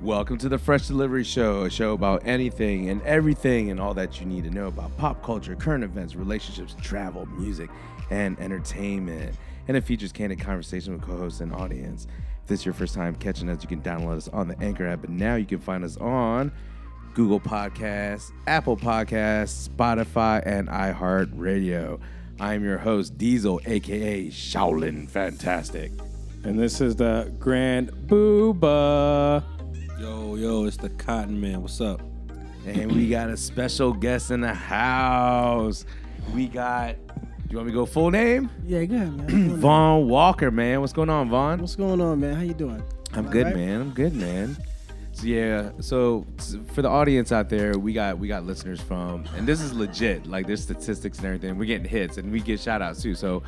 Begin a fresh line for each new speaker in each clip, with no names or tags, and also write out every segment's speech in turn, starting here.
Welcome to the Fresh Delivery Show, a show about anything and everything and all that you need to know about pop culture, current events, relationships, travel, music, and entertainment. And it features candid conversation with co hosts and audience. If this is your first time catching us, you can download us on the Anchor app, but now you can find us on Google Podcasts, Apple Podcasts, Spotify, and iHeartRadio. I am your host, Diesel, aka Shaolin Fantastic.
And this is the Grand Booba.
Yo, yo, it's the Cotton Man. What's up?
And we got a special guest in the house. We got, do you want me to go full name?
Yeah, good man. What's going on?
Vaughn Walker, man. What's going on, Vaughn?
What's going on, man? How you doing?
I'm
All
good,
right?
man. I'm good, man. So, yeah. So s- for the audience out there, we got we got listeners from, and this is legit. Like there's statistics and everything. We're getting hits, and we get shout outs too. So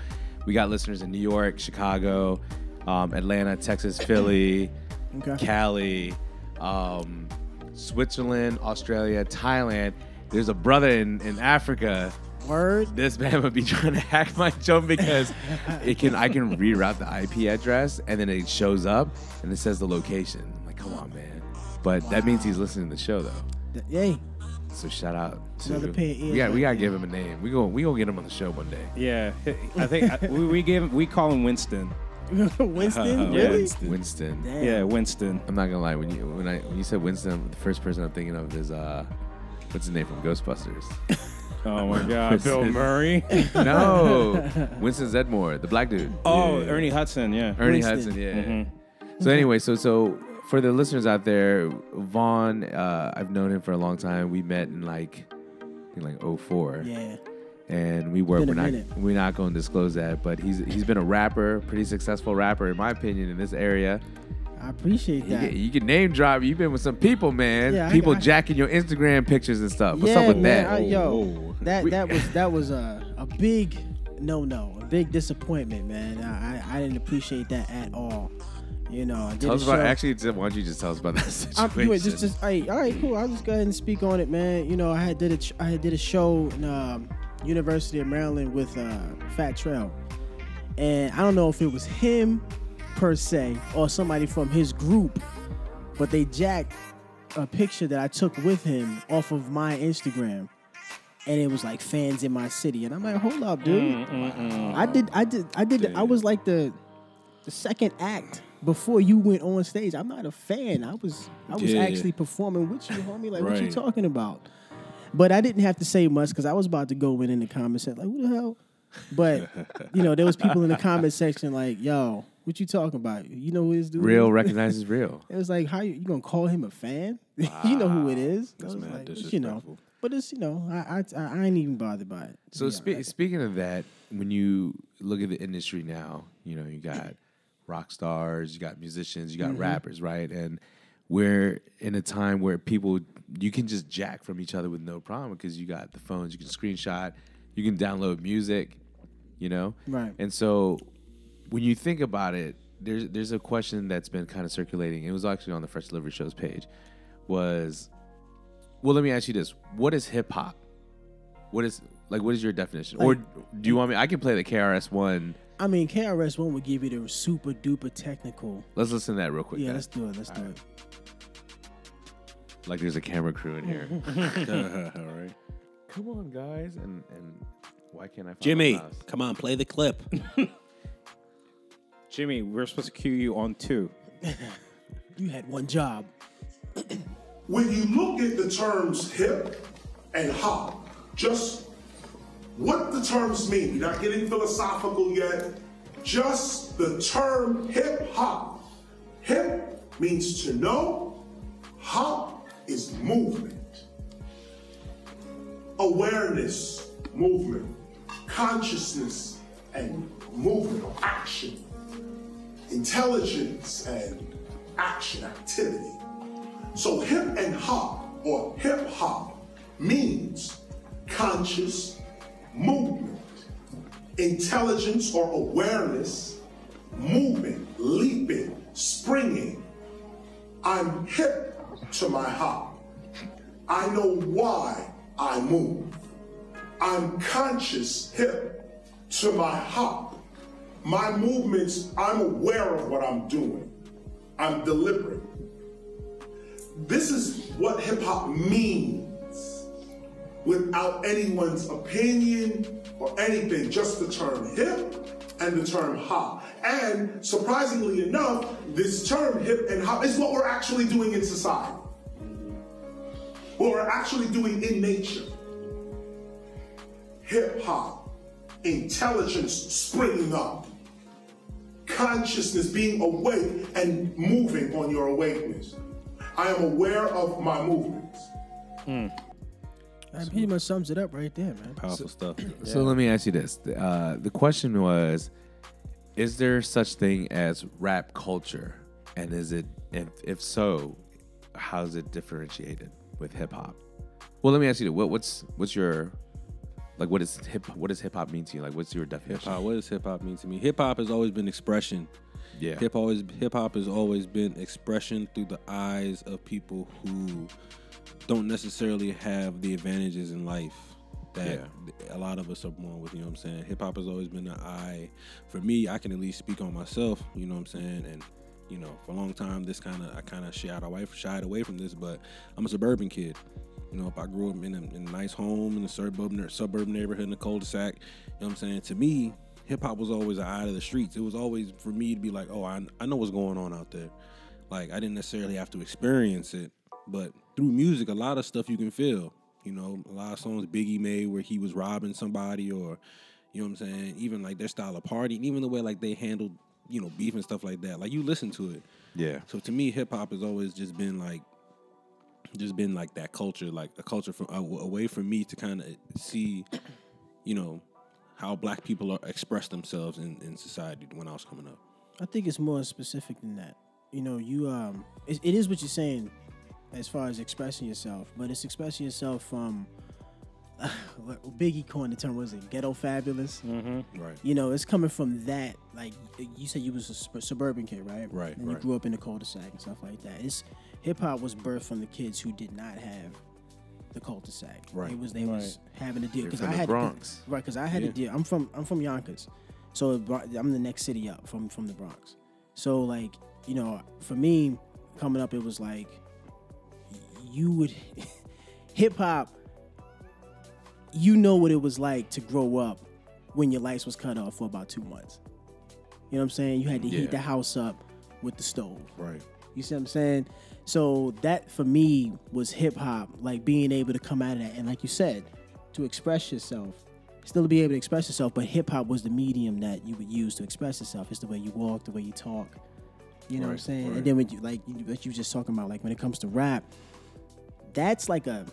we got listeners in New York, Chicago, um, Atlanta, Texas, Philly,
Okay.
Cali, um, Switzerland, Australia, Thailand. There's a brother in, in Africa
Word.
this man would be trying to hack my phone because it can I can reroute the IP address and then it shows up and it says the location. I'm like, come on, man. But that means he's listening to the show though.
Th- Hey,
So shout out to
Another pair of
we
ears
got we
right
gotta
there.
give him a name. We going we gonna get him on the show one day.
Yeah, I think I, we, we give we call him Winston.
Winston,
Yeah.
really?
Winston.
Winston.
Damn.
Yeah, Winston.
I'm not gonna lie when you when I when you said Winston, the first person I'm thinking of is uh what's his name from Ghostbusters?
Oh my God, Bill Murray.
no, Winston Zedmore, the black dude.
Oh,
Yeah.
Ernie Hudson. Yeah.
Ernie
Winston.
Hudson, yeah.
Mm-hmm.
So anyway, so so for the listeners out there, Vaughn, uh, I've known him for a long time. We met in like I think like 04.
Yeah.
And we work
been
we're
a
not
minute.
we're not gonna disclose that, but he's he's been a rapper, pretty successful rapper in my opinion in this area.
I appreciate
You,
that.
can, you can name drop, you've been with some people, man.
Yeah, I-
people
I-
jacking your Instagram pictures and stuff. What's
yeah,
up with
man, I-
that?
yo,
Whoa.
that
We-
that was that was a a big no no, a big disappointment, man. I I, I didn't appreciate that at all. You know, I did
tell
a
us about
show-
actually why don't you just tell us about that
I'm,
situation?
you wait, just, just, all right, all right, cool. I'll just go ahead and speak on it, man. You know, I had did a, ch- I had did a show in um, University of Maryland with uh, Fat Trail, and I don't know if it was him per se or somebody from his group, but they jacked a picture that I took with him off of my Instagram, and it was like fans in my city, and I'm like, hold up, dude.
Mm,
I did. I did. I did. I was like the the second act before you went on stage. I'm not a fan. I was. I was
Yeah.
actually performing with you, homie. Like, what you
Right.
talking about? But I didn't have to say much because I was about to go in in the comment section, like, "Who the hell?" But you know, there was people in the comment section like, "Yo, what you talking about? You know who this dude?
real
is?"
recognizes real.
It was like, how you, you gonna call him a fan? you know who it is. I
That's
was
mad
like, but, you know,
disrespectful.
but it's you know, I I, I ain't even bothered by it. to
So
be
spe-
honest.
speaking of that, when you look at the industry now, you know you got rock stars, you got musicians, you got rappers, right? And we're in a time where people you can just jack from each other with no problem because you got the phones, you can screenshot, you can download music, you know.
Right.
And so when you think about it, there's there's a question that's been kind of circulating. It was actually on the Fresh Delivery Show's page. Was well, let me ask you this: What is hip hop? What is like? What is your definition? or do you want me? I can play the KRS One.
I mean, KRS One would give you the super duper technical.
Let's listen to that real quick.
yeah,
then.
let's do it. Let's do it.
like there's a camera crew in here.
All right.
Come on, guys, and and why can't I? Find my
Jimmy,
mouse?
come on, play the clip.
Jimmy, we're supposed to cue you on two.
You had one job.
when you look at the terms hip and hop, just what the terms mean, we're not getting philosophical yet, just the term hip hop. Hip means to know, hop is movement, awareness, movement, consciousness, and movement or action, intelligence, and action, activity. So hip and hop or hip hop means conscious movement, intelligence or awareness, moving, leaping, springing. I'm hip to my hop. I know why I move. I'm conscious hip to my hop. My movements, I'm aware of what I'm doing. I'm deliberate. this is what hip hop means without anyone's opinion or anything, just the term hip and the term hop. And surprisingly enough, this term hip and hop is what we're actually doing in society, what we're actually doing in nature. Hip hop, intelligence springing up, consciousness being awake and moving on your awakeness. I am aware of my movements.
That pretty much sums it up right there, man.
Powerful stuff.
So let me ask you this: uh, the question was, is there such thing as rap culture, and is it, if, if so, how's it differentiated with hip hop? Well, let me ask you: this. what, what's what's your like? What is hip? What does hip hop mean to you? Like, what's your definition?
Hip-hop, Uh, what does hip hop mean to me? Hip hop has always been expression.
Yeah.
Hip always hip hop has always been expression through the eyes of people who don't necessarily have the advantages in life that a lot of us are born with, you know what I'm saying? Hip hop has always been an eye for me, I can at least speak on myself, you know what I'm saying? And you know, for a long time this kinda I kinda shied away shied away from this, but I'm a suburban kid. You know, if I grew up in a, in a nice home in a suburban suburban neighborhood in a cul-de-sac, you know what I'm saying? To me, hip hop was always an eye to the streets. It was always for me to be like, oh, I, I know what's going on out there. Like I didn't necessarily have to experience it, but through music, a lot of stuff you can feel. You know, a lot of songs Biggie made where he was robbing somebody, or you know what I'm saying. Even like their style of party, and even the way like they handled you know beef and stuff like that. Like you listen to it.
yeah.
So to me, hip hop has always just been like, just been like that culture, like a culture from a, a way for me to kind of see, you know, how black people are express themselves in, in society when I was coming up.
I think it's more specific than that. You know, you um, it, it is what you're saying, as far as expressing yourself, but it's expressing yourself from. what Biggie coined the term was it ghetto fabulous.
Right.
You know, it's coming from that. Like you said, you was a sub- suburban kid, right?
Right,
And you
right.
grew up in the cul-de-sac and stuff like that. It's hip hop was birthed from the kids who did not have the cul-de-sac.
Right.
It was they was having to deal
They're
because
from
I
the
had
Bronx.
To, right, because I had to deal. I'm from I'm from Yonkers, so it brought- I'm the next city up from from the Bronx. So like you know, for me coming up, it was like you would hip hop. You know what it was like to grow up when your lights was cut off for about two months. You know what I'm saying? You had to heat the house up with the stove.
Right.
You see what I'm saying? So that for me was hip hop, like being able to come out of that and like you said, to express yourself. Still to be able to express yourself, but hip hop was the medium that you would use to express yourself. It's the way you walk, the way you talk. You know what I'm
Right,
saying?
right.
And then when you like you, what you were just talking about, like when it comes to rap, that's like a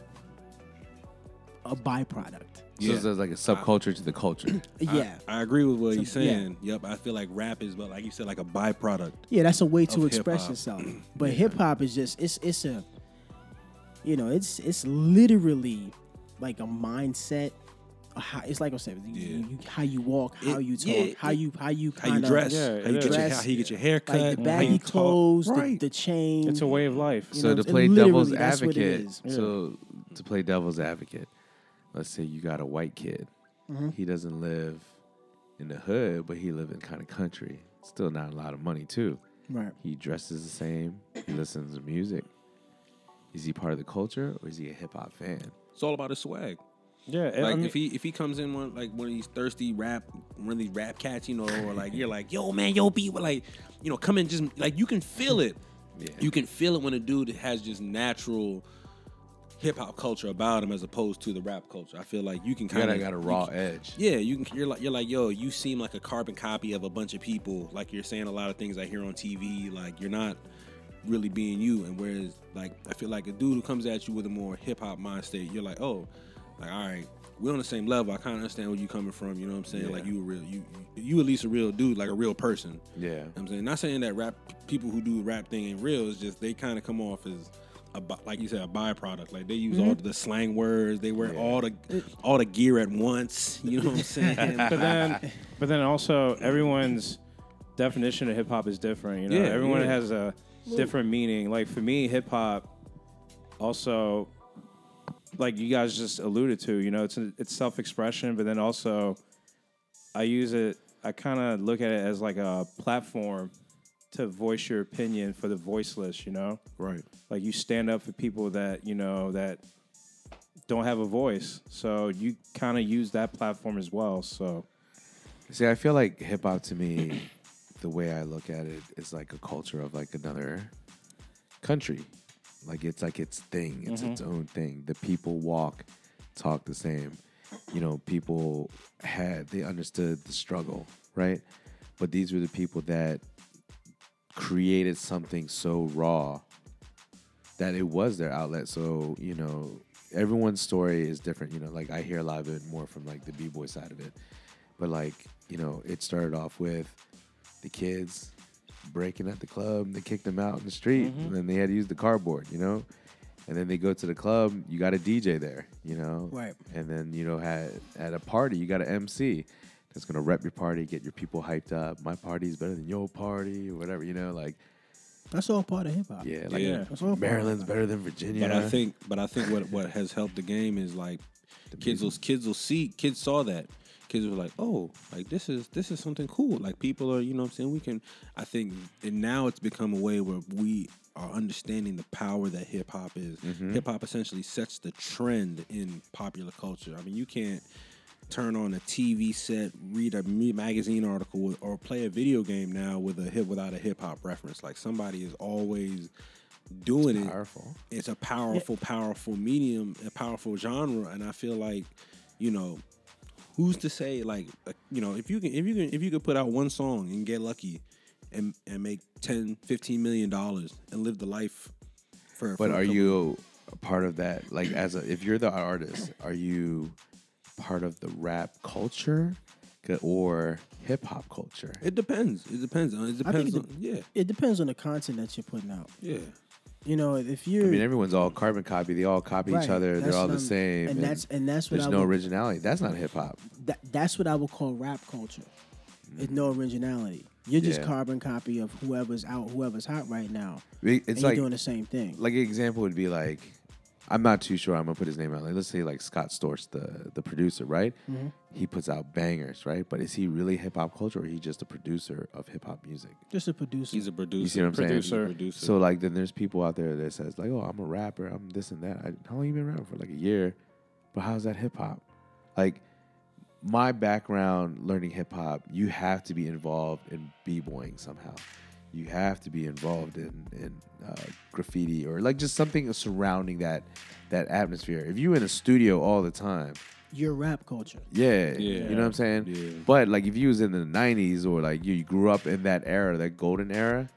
a byproduct.
So it's like a subculture to the culture.
Yeah.
I agree with what he's
Some- yeah.
saying. Yep, I feel like rap is, but like you said, like a byproduct.
Yeah, that's a way to
of
express
hip-hop.
yourself. But hip hop is just it's it's a you know, it's it's literally like a mindset. a How, it's like I said, you,
Yeah.
you, how you walk, how
It-
you talk,
yeah,
how
it-
you
How
how you
you
kind of
dress,
yeah,
how you
it
get your,
is.
how you get your hair cut,
like the
how
baggy
you talk.
clothes,
Right.
the, the chain.
It's a way of life.
You
so
know
to
what I'm
play
saying?
devil's
Literally, that's what it
advocate,
is.
so to play devil's advocate, let's say you got a white kid.
Mm-hmm.
He doesn't live in the hood, but he live in kind of country. Still not a lot of money too.
right?
He dresses the same. He listens to music. Is he part of the culture or is he a hip hop fan?
It's all about his swag.
yeah, I
Like
mean-
if he if he comes in one like one of these thirsty rap one of these rap cats, you know, or like you're like, yo man, yo B but like, you know, come in just like you can feel it.
Yeah.
You can feel it when a dude has just natural hip hop culture about him as opposed to the rap culture. I feel like you can
You
kind
gotta
of
got a raw edge.
yeah, you can. You're like, you're like, yo, you seem like a carbon copy of a bunch of people. Like you're saying a lot of things I hear on TV. Like you're not really being you. And whereas, like, I feel like a dude who comes at you with a more hip hop mind state, you're like, oh, like all right, we're on the same level. I kind of understand where you coming from. You know what I'm saying? Like you a real, you you at least a real dude, like a real person.
Yeah.
You know what I'm saying not saying that rap people who do the rap thing ain't real. It's just they kind of come off as a bi- like you said a byproduct. Like they use all the slang words. They wear all the all the gear at once. You know what I'm saying?
but then, but then also everyone's definition of hip hop is different. You know,
Yeah,
everyone
yeah.
has a different meaning. Like for me, hip hop also, like you guys just alluded to, you know, it's it's self expression, but then also, I use it. I kind of look at it as like a platform to voice your opinion for the voiceless, you know?
Right.
Like you stand up for people that, you know, that don't have a voice. So you kind of use that platform as well. So
See, I feel like hip hop to me, the way I look at it, is like a culture of like another country. Like it's like its thing. It's its own thing. The people walk, talk the same. You know, people had they understood the struggle, right? But these were the people that created something so raw that it was their outlet. So, you know, everyone's story is different. You know, like I hear a lot of it more from like the B boy side of it. But like, you know, it started off with the kids breaking at the club, they kicked them out in the street,
Mm-hmm.
and then they had to use the cardboard, you know? And then they go to the club, you got a DJ there, you know?
Right.
And then, you know, at, at a party, you got an MC that's gonna rep your party, get your people hyped up. My party's better than your party, or whatever, you know? Like,
That's all part of hip hop.
yeah, like
Yeah.
That's all part of
Maryland's better than Virginia.
But I think, but I think what what has helped the game is like kids will kids will see kids saw that kids were like, oh, like this is this is something cool. Like people are, you know, what I'm saying we can. I think and now it's become a way where we are understanding the power that hip hop is. Hip hop essentially sets the trend in popular culture. I mean, you can't turn on a TV set, read a me- magazine article, or play a video game now with a hip without a hip hop reference. Like somebody is always doing it
powerful.
it's a powerful, powerful medium, a powerful genre, and I feel like, you know, who's to say like, uh, you know, if you can, if you can, if you could put out one song and get lucky, and and make 10, 15 million dollars and live the life. For, for
But
a
are
couple-
you a part of that? Like, as a, if you're the artist, are you part of the rap culture c- or hip hop culture?
It depends. It depends. on It
I think
depends.
it,
on,
de-
yeah,
it depends on the content that you're putting out.
yeah.
You know, if you're
I mean, everyone's all carbon copy. They all copy
Right,
each other.
that's
They're all
what
the same.
I'm- and that's- and that's what
there's
I
no
would-
originality. That's not hip hop.
that, that's what I would call rap culture. It's no originality. You're just
Mm-hmm. Yeah.
carbon copy of whoever's out, whoever's hot right now.
It's
and
like
you're doing the same thing.
like an example would be like I'm not too sure. I'm gonna put his name out. Like, let's say like Scott Storch, the the producer, right?
Mm-hmm.
He puts out bangers, right? But is he really hip hop culture, or he just a producer of hip hop music?
just a producer.
He's a producer.
You see what I'm saying?
Producer.
Producer.
So like, then there's people out there that says like, "Oh, I'm a rapper. I'm this and that." I, how long you been rapping for? Like a year. But how's that hip hop? Like, my background learning hip hop, you have to be involved in b boying somehow. You have to be involved in in uh, graffiti or like just something surrounding that that atmosphere. If you in a studio all the time,
Your rap culture.
yeah,
Yeah.
you know what I'm saying.
Yeah.
But like if you was in the '90s or like you, you grew up in that era, that golden era,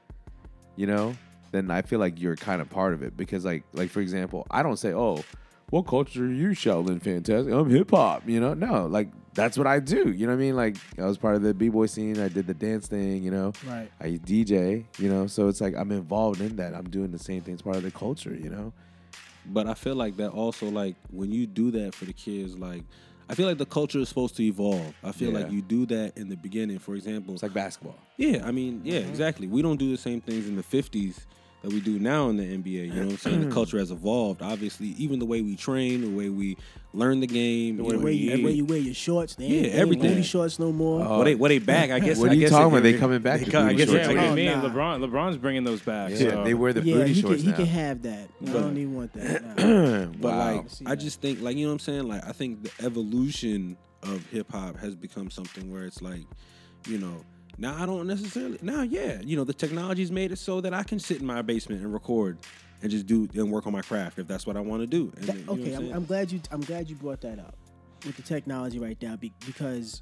you know, then I feel like you're kind of part of it because like like for example, I don't say, oh, what culture are you Sheldon Fantastic? I'm hip hop, you know. No, like that's what I do. You know what I mean? Like I was part of the b boy scene. I did the dance thing. You know,
Right.
I DJ. You know, so it's like I'm involved in that. I'm doing the same thing. It's part of the culture. You know.
But I feel like that also like when you do that for the kids, like I feel like the culture is supposed to evolve. I feel
Yeah.
like you do that in the beginning. For example,
It's like basketball.
Yeah, I mean, yeah,
Mm-hmm.
exactly. We don't do the same things in the 50s that we do now in the NBA. You know what I'm saying? the culture has evolved, obviously. Even the way we train, the way we learn the game,
The way you, the way you wear your shorts, they ain't,
Yeah,
they ain't
everything.
booty shorts no more.
Oh,
what they what they back? I guess.
uh, What
I
are you
guess
talking
it-
about? They
it-
coming back
They
to
come, I
booty
guess.
shorts
yeah,
again.
what do you
Oh,
mean?
nah.
LeBron, LeBron's bringing those back.
Yeah,
so.
they wear the
yeah,
booty
he,
shorts
can, he
now.
can have that. I don't even want that. Nah.
But
Wow.
like, I just think like you know what I'm saying. Like, I think the evolution of hip hop has become something where it's like, you know, now I don't necessarily now. Yeah, you know, the technology's made it so that I can sit in my basement and record and just do and work on my craft if that's what I want to do. And,
That-
you know what
okay, I'm,
saying?
I'm glad you. I'm glad you brought that up with the technology right now, be, because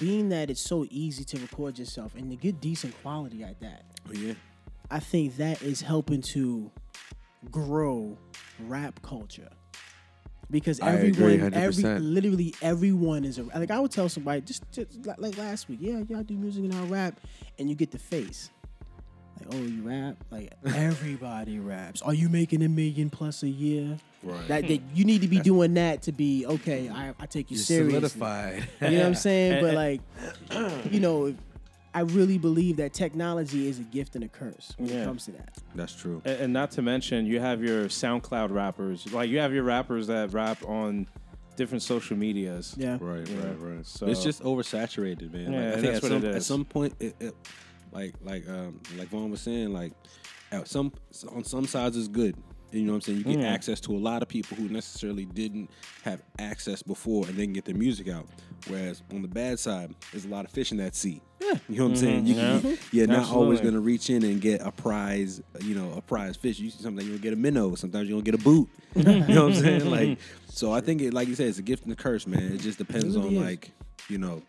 being that it's so easy to record yourself and to get decent quality at that,
Oh, yeah.
I think that is helping to grow rap culture. Because
I agree
everyone, every
100%.
literally everyone is a like I would tell somebody just, just like, like last week, yeah, yeah, I do music and I rap, and you get the face, like oh you rap, like everybody raps. Are you making a million plus a year?
Right.
That, that you need to be doing that to be okay. I, I take you seriously. You know what I'm saying? But like, you know, I really believe that technology is a gift and a curse when it
Yeah.
comes to that.
That's true.
And, and not to mention, you have your SoundCloud rappers. Like you have your rappers that rap on different social medias.
Yeah.
Right,
Yeah.
right, right.
So-
it's just oversaturated, man.
Yeah,
like, I
and
think
that's
at
what
some,
it
At
is.
some point, it, it, like like um like Vaughn was saying, like at some on some sides it's good. You know what I'm saying? You get access to a lot of people who necessarily didn't have access before and then get their music out. Whereas on the bad side, there's a lot of fish in that sea. You know what I'm saying? You can, You're not always
Absolutely.
gonna reach in and get a prize, you know, a prize fish. You sometimes you don't get a minnow, sometimes you don't get a boot. you know what I'm saying? Like so I think it like you said, it's a gift and a curse, man. It just depends on
really is.
like, you know,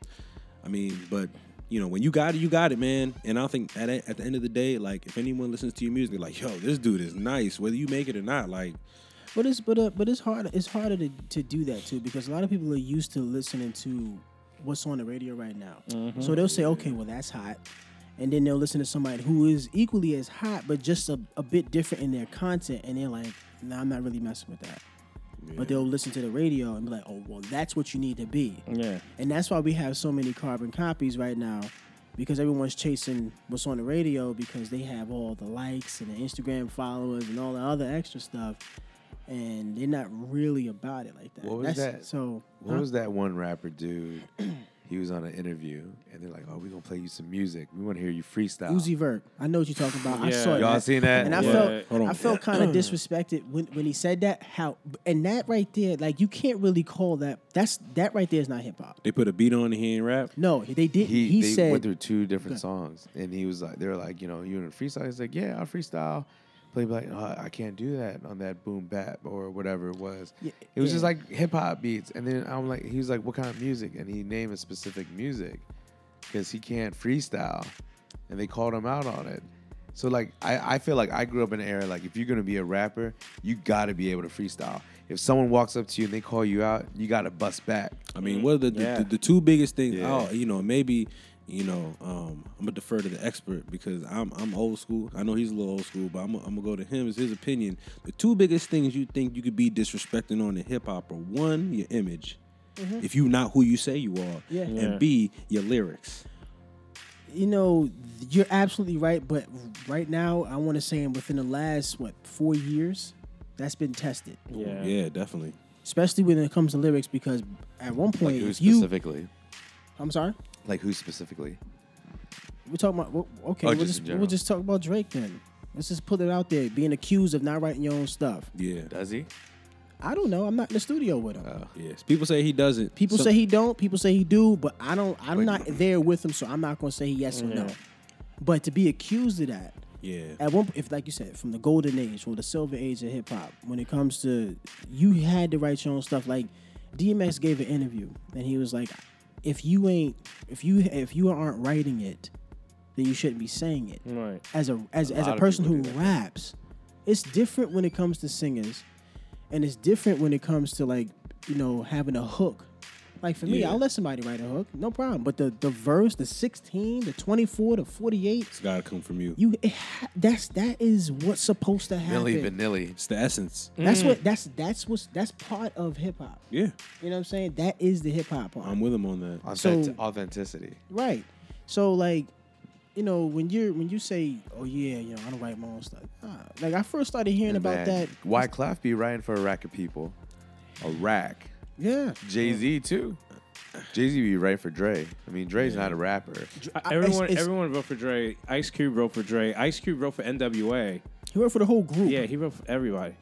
I mean, but you know, when you got it, you got it, man. And I think at, at the end of the day, like if anyone listens to your music, they're like, yo, this dude is nice, whether you make it or not. Like,
But it's but uh, but it's hard it's harder to, to do that too because a lot of people are used to listening to what's on the radio right now. So they'll say, okay, well that's hot, and then they'll listen to somebody who is equally as hot but just a, a bit different in their content, and they're like, nah, I'm not really messing with that. But they'll listen to the radio and be like, oh well, that's what you need to be.
Yeah.
And that's why we have so many carbon copies right now because everyone's chasing what's on the radio because they have all the likes and the Instagram followers and all the other extra stuff. And they're not really about it like that.
What was
That's-
that?
So,
What
huh?
was that one rapper dude? He was on an interview, and they're like, "Oh, we're gonna play you some music. We want to hear you freestyle."
Uzi Vert. I know what you're talking about. I
Yeah.
saw it.
Y'all
man.
seen that?
And I
Yeah.
felt
Hold on.
I felt kind of disrespected when, when he said that. How and that right there, like you can't really call that. That's that right there is not hip hop.
they put a beat on and he ain't rap.
No, they didn't.
he,
He,
they
said
went through two different songs, and he was like, they were like, you know, you in a freestyle? He's like, yeah, I freestyle. But he'd be like, oh, I can't do that on that boom bap or whatever it was.
Yeah,
it was
yeah.
just like hip hop beats, and then I'm like, he was like, what kind of music? And he named a specific music because he can't freestyle, and they called him out on it. So like, I, I feel like I grew up in an era like if you're gonna be a rapper, you gotta be able to freestyle. If someone walks up to you and they call you out, you gotta bust back.
I mean, what are the, the-
Mm, Yeah.
the, the two biggest things?
Yeah.
Oh, you know, maybe you know, um, I'm gonna defer to the expert because I'm I'm old school. I know he's a little old school, but I'm, gonna- I'm gonna go to him as his opinion. The two biggest things you think you could be disrespecting on in hip hop are one, your image. If you not who you say you are,
Yeah.
Yeah.
and B, your lyrics.
you know, th- you're absolutely right. But right now, I want to say within the last what four years, that's been tested,
Yeah.
Yeah, definitely.
especially when it comes to lyrics. Because at one point, if you, I'm sorry,
Like who specifically?
we're talking about well, okay.
Oh,
we'll
just in
just,
general.
we'll just talk about Drake then. Let's just put it out there, being accused of not writing your own stuff.
Yeah,
Does he?
I don't know. I'm not in the studio with him.
Uh,
yes. People say he doesn't.
People
Some-
say he don't. People say he do. But I don't. I'm
But-
not there with him, so I'm not going to say yes or no. But to be accused of that,
Yeah.
at one if like you said from the golden age or the silver age of hip hop when it comes to you had to write your own stuff like DMX gave an interview and he was like if you ain't if you if you aren't writing it then you shouldn't be saying it
Right.
as a as as
lot
a
of
person
people
who
do that.
raps it's different when it comes to singers and it's different when it comes to like you know having a hook like for me
Yeah.
I'll let somebody write a hook no problem but the the verse the 16 the 24 the 48
it's gotta come from you.
you it ha- that's that is what's supposed to happen.
Millie Vanilli.
It's the essence.
That's
Mm.
what that's that's what's that's part of hip hop.
Yeah,
You know what I'm saying? That is the hip hop part.
I'm with him on that.
Authentic-
So-
authenticity.
right. So like, you know, when you're when you say, Oh yeah, you know, I don't write my own stuff. Nah. Like I first started hearing about that.
Why Clef be writing for a rack of people? A rack.
Yeah.
Jay Z too. Jay Z be writing for Dre. I mean, Dre's not a rapper.
I-
everyone,
it's- it's-
everyone wrote for Dre. Ice Cube wrote for Dre. Ice Cube wrote for NWA.
He wrote for the whole group.
Yeah, he wrote for everybody.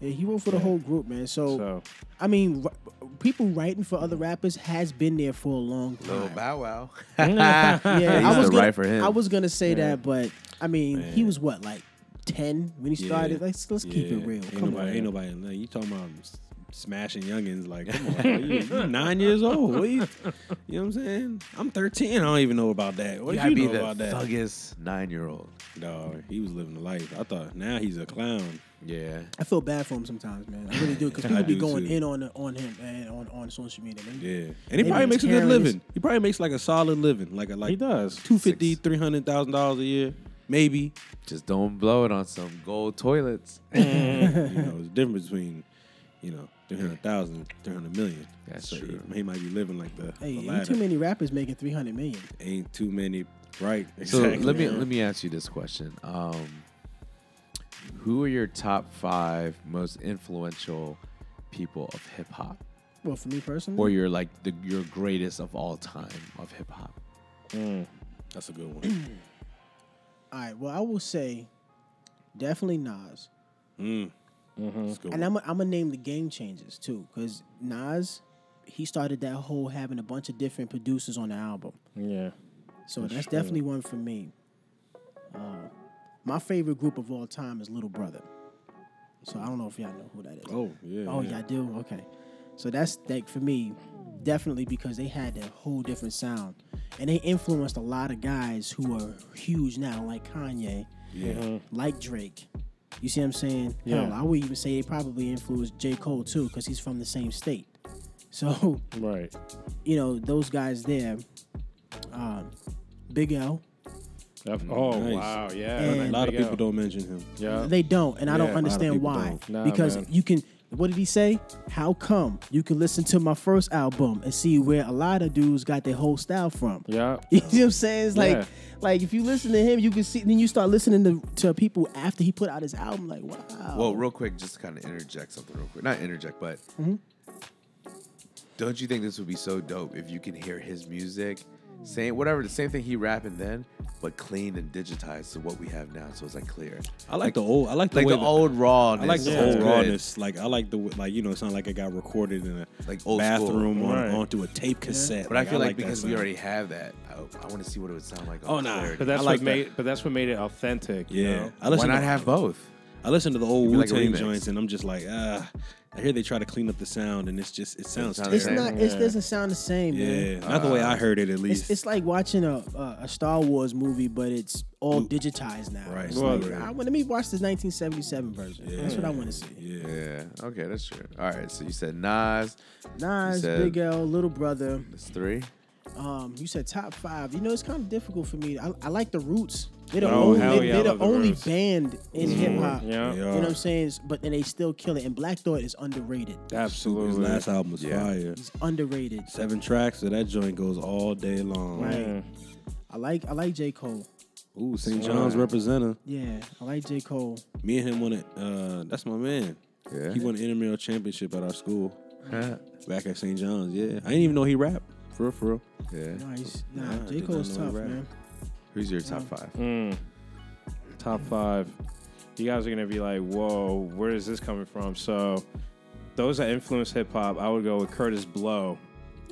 Yeah, he wrote for the whole group, man. So,
So
I mean, r- people writing for other rappers has been there for a long time.
Lil Bow Wow.
Yeah,
He
I was
said
gonna,
right for him.
I was gonna say that, but I mean, he was what like ten when he started. Let's let's keep it
Yeah.
real.
Ain't
Come
nobody,
on.
ain't nobody. Like, you talking about s- smashing youngins? Like, come on, bro, you, you nine years old. What you, you know what I'm saying? I'm 13. I don't even know about that. What
You
do
gotta
you
be
know
the
about that?
thuggest nine year old.
Dog, he was living the life. I thought now he's a clown.
Yeah.
I feel bad for him sometimes, man. I really do because people be
do,
going
too.
in on on him and on on social media. Man.
Yeah, and he
They
probably
be
makes a good
tearing his-
living. He probably makes like a solid living, like a like
he does.
two fifty, three hundred thousand dollars a year, maybe.
Just don't blow it on some gold toilets.
you know, the difference between you know 300,000, 300 million.
That's
So he-
true.
He, might be living like the,
Hey,
the
ain't
latter.
too many rappers making three hundred million.
Ain't too many. Right.
So
Exactly.
let me
man.
let me ask you this question. Um, who are your top five most influential people of hip hop?
Well,
Mm-hmm.
for me personally,
or you're like the your greatest of all time of hip hop.
That's a good one.
All right. Well, I will say, definitely Nas.
That's a good
And
one.
I'm i I'm gonna name the game changers too, because Nas, he started that whole having a bunch of different producers on the album.
Yeah.
So that's, definitely one for me. Uh, my favorite group of all time is Little Brother. So I don't know if y'all know who that is.
Oh, yeah,
Oh
yeah.
y'all do. Okay. So that's like for me, definitely because they had a whole different sound, and they influenced a lot of guys who are huge now, like Kanye,
Yeah.
Mm-hmm.
like Drake. You see what I'm saying? Hell, I would even say they probably influenced J. Cole too, because he's from the same state. So
Right.
you know those guys there, um, Big L.
That- oh
Mm-hmm. Nice.
wow. Yeah.
And-
Like
A
A
lot of
Big
people
L.
don't mention him.
Yeah.
They don't, and I
Yeah, a lot
don't
of
understand
people
why.
don't.
Nah,
because
man.
you can. What did he say? How come you can listen to my first album and see where a lot of dudes got their whole style from?
Yeah.
You see what I'm saying? It's like,
Yeah.
like if you listen to him, you can see. Then you start listening to, to people after he put out his album. Like, wow.
Well, real quick, just to kind of interject something real quick. Not interject, but don't you think this would be so dope if you can hear his music, saying whatever the same thing he rapping then, but clean and digitized to what we have now, so it's like clear,
I like the old. I like the
like
way
the
that-
old rawness.
I like the
is
old
good.
rawness. Like I like the w- like you know, it sounded like it got recorded in a
Like old
bathroom on,
Right.
onto a tape cassette.
But I feel like,
that
because we
sound.
already have that, I, I want to see what it would sound like.
Oh,
on
nah.
clarity.
But that's
I like
what made. But that's what made it authentic.
yeah.
You know?
I
Why
listen.
not
to,
have both?
I listen to the old
It'd be
Wu
like a
Tang
remix.
joints, and I'm just like, ah. I hear they try to clean up the sound, and it's just it sounds
sounds
it's
Yeah.
terrible.
not. It doesn't sound the same, man.
yeah, not the way I heard it at least.
It's, it's like watching a, a a Star Wars movie, but it's all digitized now.
Right.
It's
Well,
like, I want let me watch this 1977 version. That's what I want to see.
yeah,
Yeah. Okay, that's true. All right. So you said Nas.
Nas,
said-
Big L, Little Brother.
That's three.
Um, you said top five. You know, it's kind of difficult for me. I, I like the Roots. They're the
Oh,
only,
hell
they,
yeah, I
are the
love The
only
Roots. Mm-hmm.
band in hip hop.
Yeah.
They
You
are.
know what I'm saying? But and they still kill it. And Black Thought is underrated.
His
Absolutely.
last album was
Yeah.
fire.
He's underrated.
Seven tracks, so that joint goes all day long.
Right.
Mm.
I like I like J Cole.
Ooh, St. John's representative.
Yeah, I like J Cole.
Me and him won it. Uh, that's my man.
Yeah.
He won an intramural championship at our school
Huh.
back at St. John's. Yeah, I didn't even know he rapped. For real, for real.
yeah.
Nice. Nah,
Nah, I
J
did not
Cole's
know
tough,
he rapped.
man.
Who's your top five?
Mm. top five, you guys are gonna be like, "Whoa, where is this coming from?" So, those that influenced hip hop, I would go with Curtis Blow.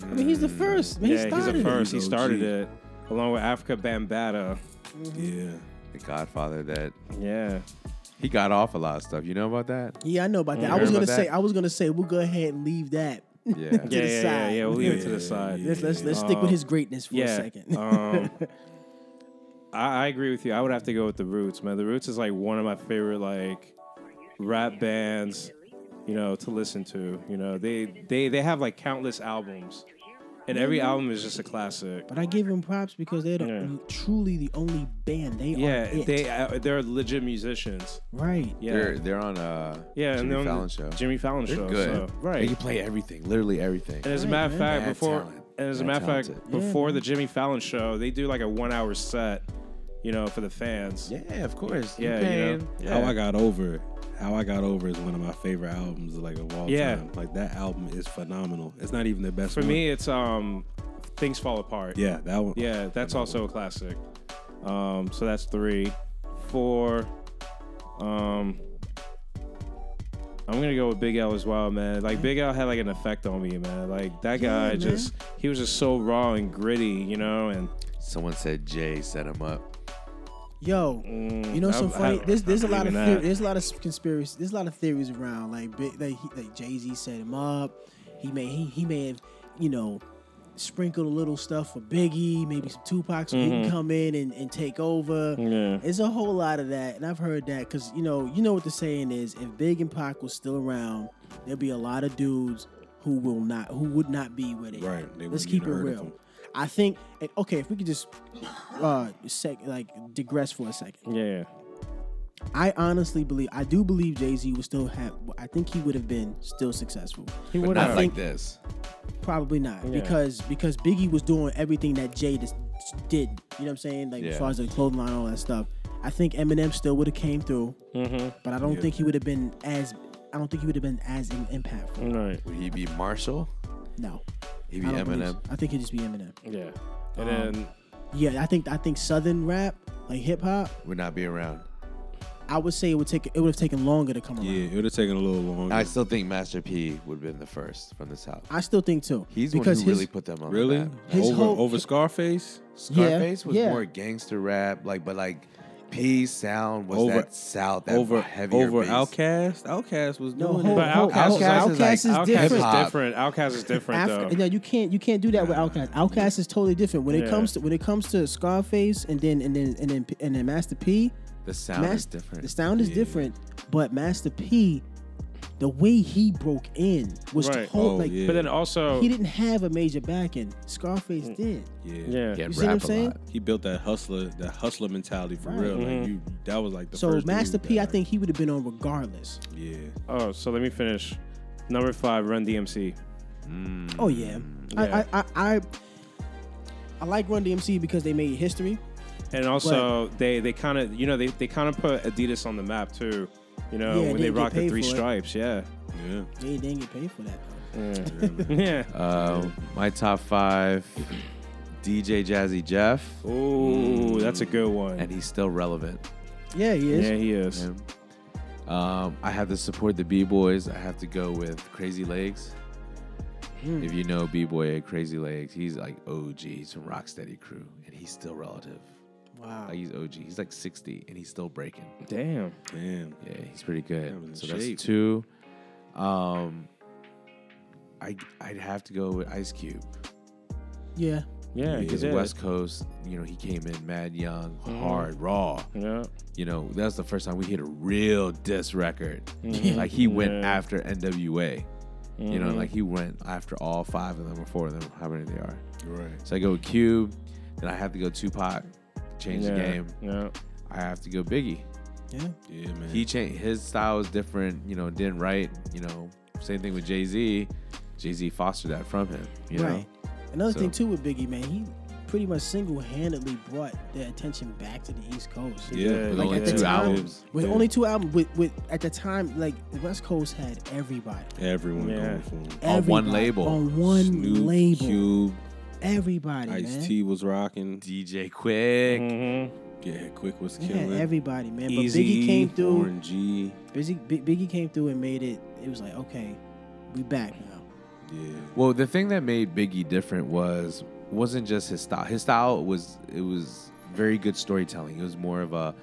I mean, he's the first. Man,
Mm. yeah,
he
he's
started
the first. He
He's
started
OG.
it along with Africa Bambata.
Yeah.
The Godfather. That
Yeah,
he got off a lot of stuff. You know about that?
it. Yeah, I know
Mm,
about that. I
heard
was gonna
about
say
that?
I was gonna say we'll go ahead and leave that.
Yeah.
To
yeah,
the
yeah, yeah,
side.
yeah. We'll leave it to the
Yeah,
side.
yeah.
Let's let's let's stick with his greatness for a
Mm. yeah.
second.
um, I, I agree with you. I would have to go with the Roots, man. The Roots is like one of my favorite like rap bands, you know, to listen to. You know, they they they have like countless albums, and every
Mm-hmm.
album is just a classic.
But I give him props because they're the,
Yeah.
truly the only band. They are
Yeah,
it.
they uh, they're legit musicians.
right.
Yeah,
They're they're on uh
yeah,
Jimmy
and they're on the
Fallon show.
Jimmy Fallon
They're
show.
good.
so-
They
right.
can play everything, literally everything.
And as a
Right,
matter
man.
of fact,
Mad
before
talent.
and as a
Mad
matter of fact,
talented.
Yeah,
before the
man.
Jimmy Fallon show, they do like a one-hour set, you know, for the fans.
yeah, of course. Yeah,
Yeah, you
paying. Oh,
know.
yeah.
How I Got Over. How I Got Over is one of my favorite albums, like of all
Yeah.
time. Like that album is phenomenal. It's not even the best
For
one.
me, it's um, things fall apart.
Yeah, that one.
yeah, that's also a classic. Um, so that's three, four. Um, I'm gonna go with Big L as well, man. Like Big L had like an effect on me, man. Like that
Yeah,
guy
man.
just he was just so raw and gritty, you know, and
Someone said Jay set him up.
Yo,
Mm,
you know some
I- I-
funny. There's there's a
I
lot of
believe in
theor-
that.
there's a lot of conspiracy. There's a lot of theories around like big, like, he- like Jay Z set him up. He may he, he may have you know sprinkled a little stuff for Biggie, maybe some Tupac, so he can come in and, and take over.
Yeah.
It's a whole lot of that, and I've heard that because you know you know what the saying is: if Big and Pac was still around, there'd be a lot of dudes who will not who would not be where they
Right,
are.
they
Let's
wouldn't
keep it
even heard of
real.
them.
I think and- okay if we could just uh sec like digress for a second.
yeah,
I honestly believe I do believe Jay Z would still have. I think he would have been still successful.
he
But
would
not
have.
like this.
Probably not
Yeah.
because because Biggie was doing everything that Jay just did. You know what I'm saying? Like as
Yeah.
far as the clothing line, all that stuff. I think Eminem still would have came through, but I don't think he would have been as. I don't think he would have been as im- impactful.
Right.
Would he be Marshall?
No,
He'd be
I don't believe
Eminem.
so. I think he'd just be Eminem.
Yeah. And then
yeah, I think I think Southern rap, like hip hop,
would not be around.
I would say it would take it would have taken longer to come around.
Yeah, it would have taken a little longer.
I still think Master P would have been the first from the South.
I still think so.
He's the one who
because
really
his-
put them on. the
really
map.
His
over
whole-
over Scarface.
Scarface was
yeah.
more gangster rap, like but like P sound was
Over-
that South that
over
heavier
over
bass.
Outcast. Outcast was
No,
doing
hold-
it.
But
hold-
Outkast is like-
Outkast
Outkast
is
is
Outcast
different.
is
Hip-hop.
different. Outcast is different
After,
though.
no, you can't. You can't do that with Outkast. Outkast is totally different. When it
Yeah.
comes to when it comes to Scarface and then and then and then and then Master P,
The sound is
Master,
different.
the sound is different. But Master P, the way he broke in was
Right.
told
Oh,
like
yeah.
But then also,
he didn't have a major backing. Scarface did.
Yeah.
yeah,
Get
You see what I'm
rap a
saying?
lot.
He built that hustler, that hustler mentality for
Right.
real. Like you, that was like the
So
first.
Master
dude
P, I
that-
think he would have been on regardless.
Yeah.
Oh, so let me finish. Number five, Run DMC.
Mm,
Oh yeah. I,
Yeah.
I, I I I like Run DMC because they made history.
And also, they they kind of you know they, they kind of put Adidas on the map too. You know
Yeah,
when
they
they
get
rocked the
paid
three
for it.
stripes. Yeah.
Yeah.
They didn't get paid for that.
Yeah.
Uh, my top five: DJ Jazzy Jeff,
Oh, that's a good one.
and he's still relevant.
Yeah, he is.
yeah, he is.
man. Um, I have to support the B Boys. I have to go with Crazy Legs.
Hmm.
If you know B Boy at Crazy Legs, he's like OG. He's from Rocksteady Crew, and he's still relative.
Wow.
Like he's OG. He's like 60, and he's still breaking.
Damn.
Damn.
Yeah, he's pretty good.
Yeah, he's
so
in
that's
shape.
two. Um, I I'd have to go with Ice Cube.
Yeah.
Yeah, he
He's
did.
West Coast. You know, he came in mad young,
Mm-hmm.
hard, raw.
Yeah.
You know, that's the first time we hit a real diss record. Like he went
Mm-hmm. Yeah. Mm-hmm.
after NWA. You know, like he went after all five of them or four of them, how many they are.
Right.
So I go with Cube, then I have to go Tupac, change
yeah.
the game.
Yeah.
I have to go Biggie.
Yeah.
Yeah, man.
He changed his style is different. You know, didn't write. You know, same thing with Jay Z. Jay Z fostered that from him. You know,
Right. Another
So-
thing too with Biggie, man, he pretty much single-handedly brought the attention back to the East Coast.
Yeah.
Yeah,
with
Like,
only
at the
two
time-
albums.
With
Yeah.
only two albums, with, with at the time, like the West Coast had everybody,
Everyone
Yeah.
going for him.
On one
Everybody.
label.
on one
Snoop,
label,
Cube,
everybody, man.
Ice T was rocking.
DJ Quick.
Mm-hmm.
Yeah, Quick was
They
killing.
had everybody, man. But
Easy,
Biggie came through.
Warren G.
Busy, Big, Biggie came through and made it. It was like, okay, we back now.
Yeah.
Well, the thing that made Biggie different was wasn't just his style. His style was it was very good storytelling. It was more of a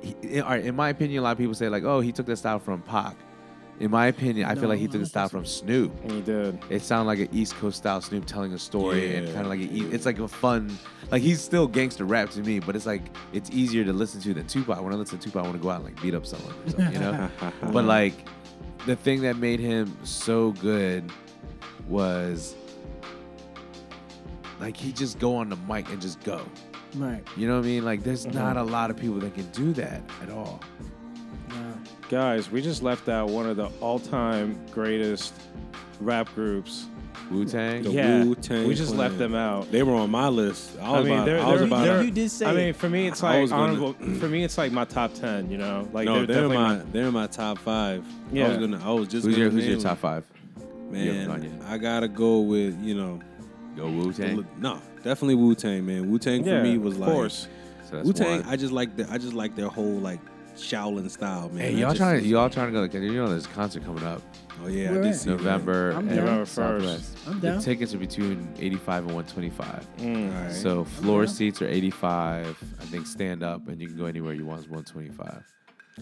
he, in, all right, in my opinion, a lot of people say like, "Oh, he took the style from Pac." In my opinion, I feel
No,
like he
I
took the
don't
style
think so.
from Snoop.
He did.
It sounded like an East Coast style Snoop telling a story and
Yeah.
kind of like a, it's like a fun like he's still gangster rap to me, but it's like it's easier to listen to than Tupac. When I listen to Tupac, I want to go out and like beat up someone, or something, you know. but like the thing that made him so good was like he just go on the mic and just go.
Right.
You know what I mean? Like there's not a lot of people that can do that at all.
Nah.
Guys, we just left out one of the all-time greatest rap groups.
Wu Tang.
The
yeah.
Wu-Tang
we just
Clan.
left them out.
They were on my list. I was
I mean,
about,
they're,
I was
they're-
about
they're-
You did say
I mean,
it.
for me, it's
I
like
was gonna-
honorable. For me, it's like my top ten. You know, like
no,
they're,
they're, in
definitely
my, they're in my top five. I
Yeah.
was gonna. I was just.
Who's
gonna
your Who's your
name
top five?
them.
You have
Man,
Kanye.
I gotta go with you know.
Go Wu
the
Tang.
li- No, definitely Wu Tang, man. Wu Tang
Yeah,
for me was
of
like
course.
So that's
Wu Tang.
one.
I just like the, I just like their whole like Shaolin style, man.
Hey,
I
y'all
just-
trying to y'all trying to go? Cause you know there's a concert coming up
Oh yeah,
Where
I did
at?
see that.
November
I'm
at
down. November
Southwest.
I'm down.
The tickets are between 85 and 125.
All right.
So floor seats are 85. I think stand up and you can go anywhere you want is 125.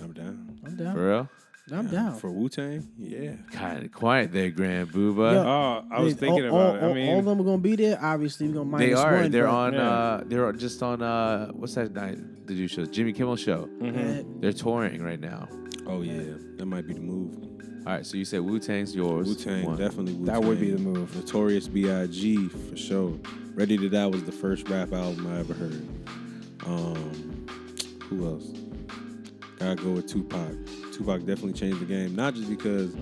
I'm down.
I'm down.
For real?
I'm down.
For Wu Tang, yeah.
Kind of quiet there, Grand Booba.
Yeah.
Oh, I was
All-
thinking
all,
about it.
all-
I
all of
mean,
them are gonna be there. Obviously, we're gonna minus
They are.
one.
they're
but-
on.
yeah.
Uh, they're just on. Uh, what's that night? The new shows. Jimmy Kimmel Show.
Mm.
Mm-hmm.
Man,
They're touring right now.
Oh yeah, that might be the move.
All right. So you said Wu Tang's yours.
Wu Tang,
One.
definitely. Wu-Tang.
That would be the move.
Notorious B.I.G. for sure. Ready to Die was the first rap album I ever heard. Um, who else? Gotta go with Tupac.
Mm-hmm.
Tupac definitely changed the game, not just because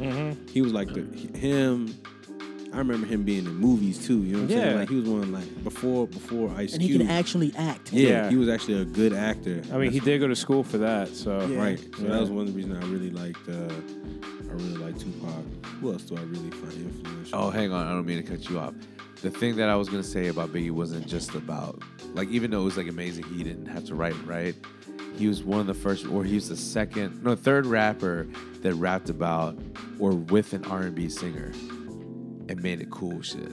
he was like the, him I remember him being in movies too. You know what I'm saying?
Yeah.
Like he was one like before before Ice
and he
Cube.
can actually act.
yeah,
Yeah.
he was actually a good actor.
I mean, he did go to school for that, so
Yeah.
Right. So
Yeah.
that was one of the reasons I really liked. Uh, I really liked Tupac. Who else do I really find influential?
Oh, hang on. I don't mean to cut you off. The thing that I was gonna say about Biggie wasn't just about like even though it was like amazing, he didn't have to write right. He was one of the first, or he was the second, no, third rapper that rapped about or with an R and B singer and made it cool shit.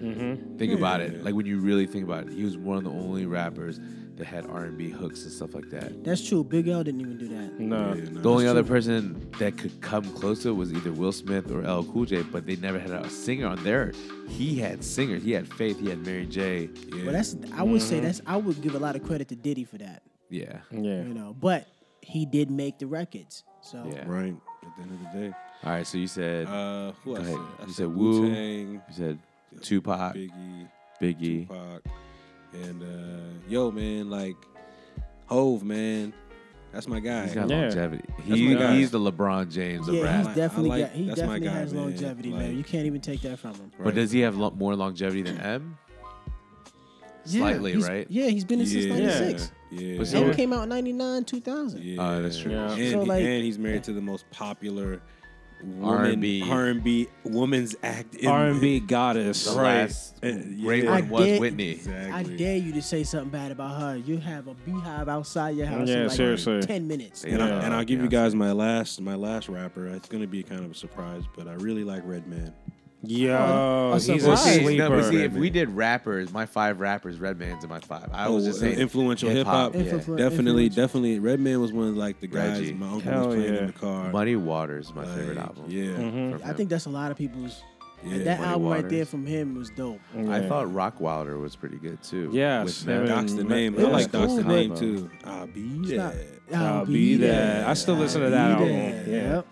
Think about it. Like when you really think about it, he was one of the only rappers that had R and B hooks and stuff like that.
That's true. Big L didn't even do that.
no.
Yeah, nah,
The only
that's
other person that could come closer was either Will Smith or L. Cool J, but they never had a singer on there. He had singers. He had Faith. He had Mary J.
true. Yeah. Mm-hmm.
But that's I would say that's I would give a lot of credit to Diddy for that.
Yeah.
Yeah.
You know, but he did make the records. So
Yeah.
right. At the end of the day.
All right. So you said
Uh, who
Go
else?
ahead.
I
You said Wu,
Wu-Tang,
you said Tupac,
Biggie,
Biggie.
Tupac, and uh, yo, man, like Hove, man, that's my guy.
He's got
Yeah.
longevity.
my
He,
guy.
he's the LeBron James of
Yeah,
rap.
he's
Like, I
definitely
like-
got, he
that's my
definitely
guy,
has
man.
longevity, man.
Like-
You can't even take that from him.
But does he have lo- more longevity than M? Slightly,
he's-
right?
Yeah, he's been in since '96.
Yeah.
But
And
so-
it came out in '99, 2000.
yeah.
Oh, that's true.
Yeah.
And,
So,
he-
like-
and he's married to the most popular
R&B.
woman, R&B woman's act in
R&B goddess.
The
Right.
last
Uh,
great
yeah.
one
I
was
did-
Whitney.
I
Exactly.
dare you to say something bad about her. You have a beehive outside your house
Yeah,
in like
seriously.
ten minutes.
Yeah.
And, I,
Yeah.
and I'll give
Yeah.
you guys my last my last rapper. It's gonna be kind of a surprise, but I really like Redman.
Yo,
Oh, a
he's a
surprise.
See,
sleeper.
no, but see, if we did rappers, my five rappers, Redman's in my five. I was
Oh,
just saying
influential hip-hop.
yeah.
Influ-
Definitely,
influential.
definitely. Redman was one of like the guys
Reggie.
my uncle
Hell
was playing
yeah.
in the car.
Muddy Waters, my favorite
Like,
album.
Yeah.
from
I
him.
think that's a lot of people's.
Yeah,
that
Muddy
album right
Waters.
there from him was dope.
Mm-hmm.
I
Yeah.
thought Rock Wilder was pretty good too.
Yes,
with
him
Meth.
and-
Doc's the
Mm,
name.
yeah,
I like
that's
Doc's the
cool.
name too. I'll be
It's not-
there.
I'll be there. I still listen to that
Be
album.
there.
Yeah.
Yep.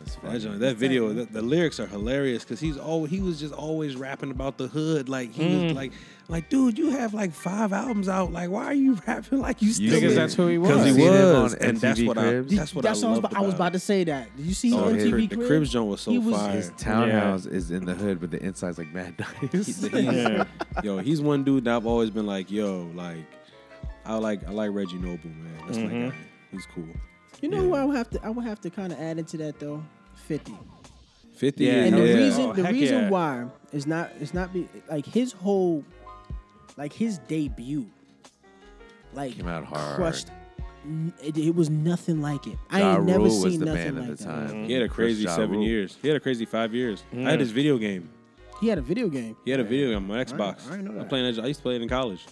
That's funny.
That, joint- that video, the, the lyrics are hilarious because he's all he was just always rapping about the hood. Like he
Mm.
was like, like dude, you have like five albums out. Like why are you rapping like you still?
Because
in-
that's who he was.
Because
You
he
seen him
was,
on
and that's
MTV
what I.
Cribs?
That's what I
I was,
loved
about, I was about to say that. Did you see
Oh, his-
MTV
the
Cribs?
Cribs joint was so
He was-
fire.
His townhouse is in the hood, but the inside's like mad nice.
Yeah.
yo, he's one dude that I've always been like, yo, like, I like I like Reggie Noble, man. That's
Mm-hmm.
my guy. He's cool.
You know who I would have to I would have to kind of add into that though, Fifty.
Fifty.
Yeah,
And the
yeah.
reason
Oh,
the
heck
reason
yeah.
why is not it's not be like his whole like his debut like
Came out hard.
crushed. n- It, it was nothing like it. I
Ja
ain't never
Rule was
seen
the
nothing
man
like
at the
that.
time.
Mm-hmm. He had a crazy
First Ja
seven
Rule.
years. He had a crazy five years. I had his video game.
He had a video game.
He had a video game on Xbox.
I didn't know that.
am playing that. I used to play it in college.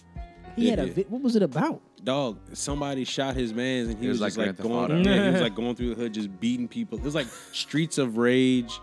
He had a
Yeah.
vi- what was it about?
Dog, somebody shot his man's and he
It was
was,
like
just like
Grand Theft
going.
Auto.
Yeah, he was like going through the hood, just beating people. It was like Streets of Rage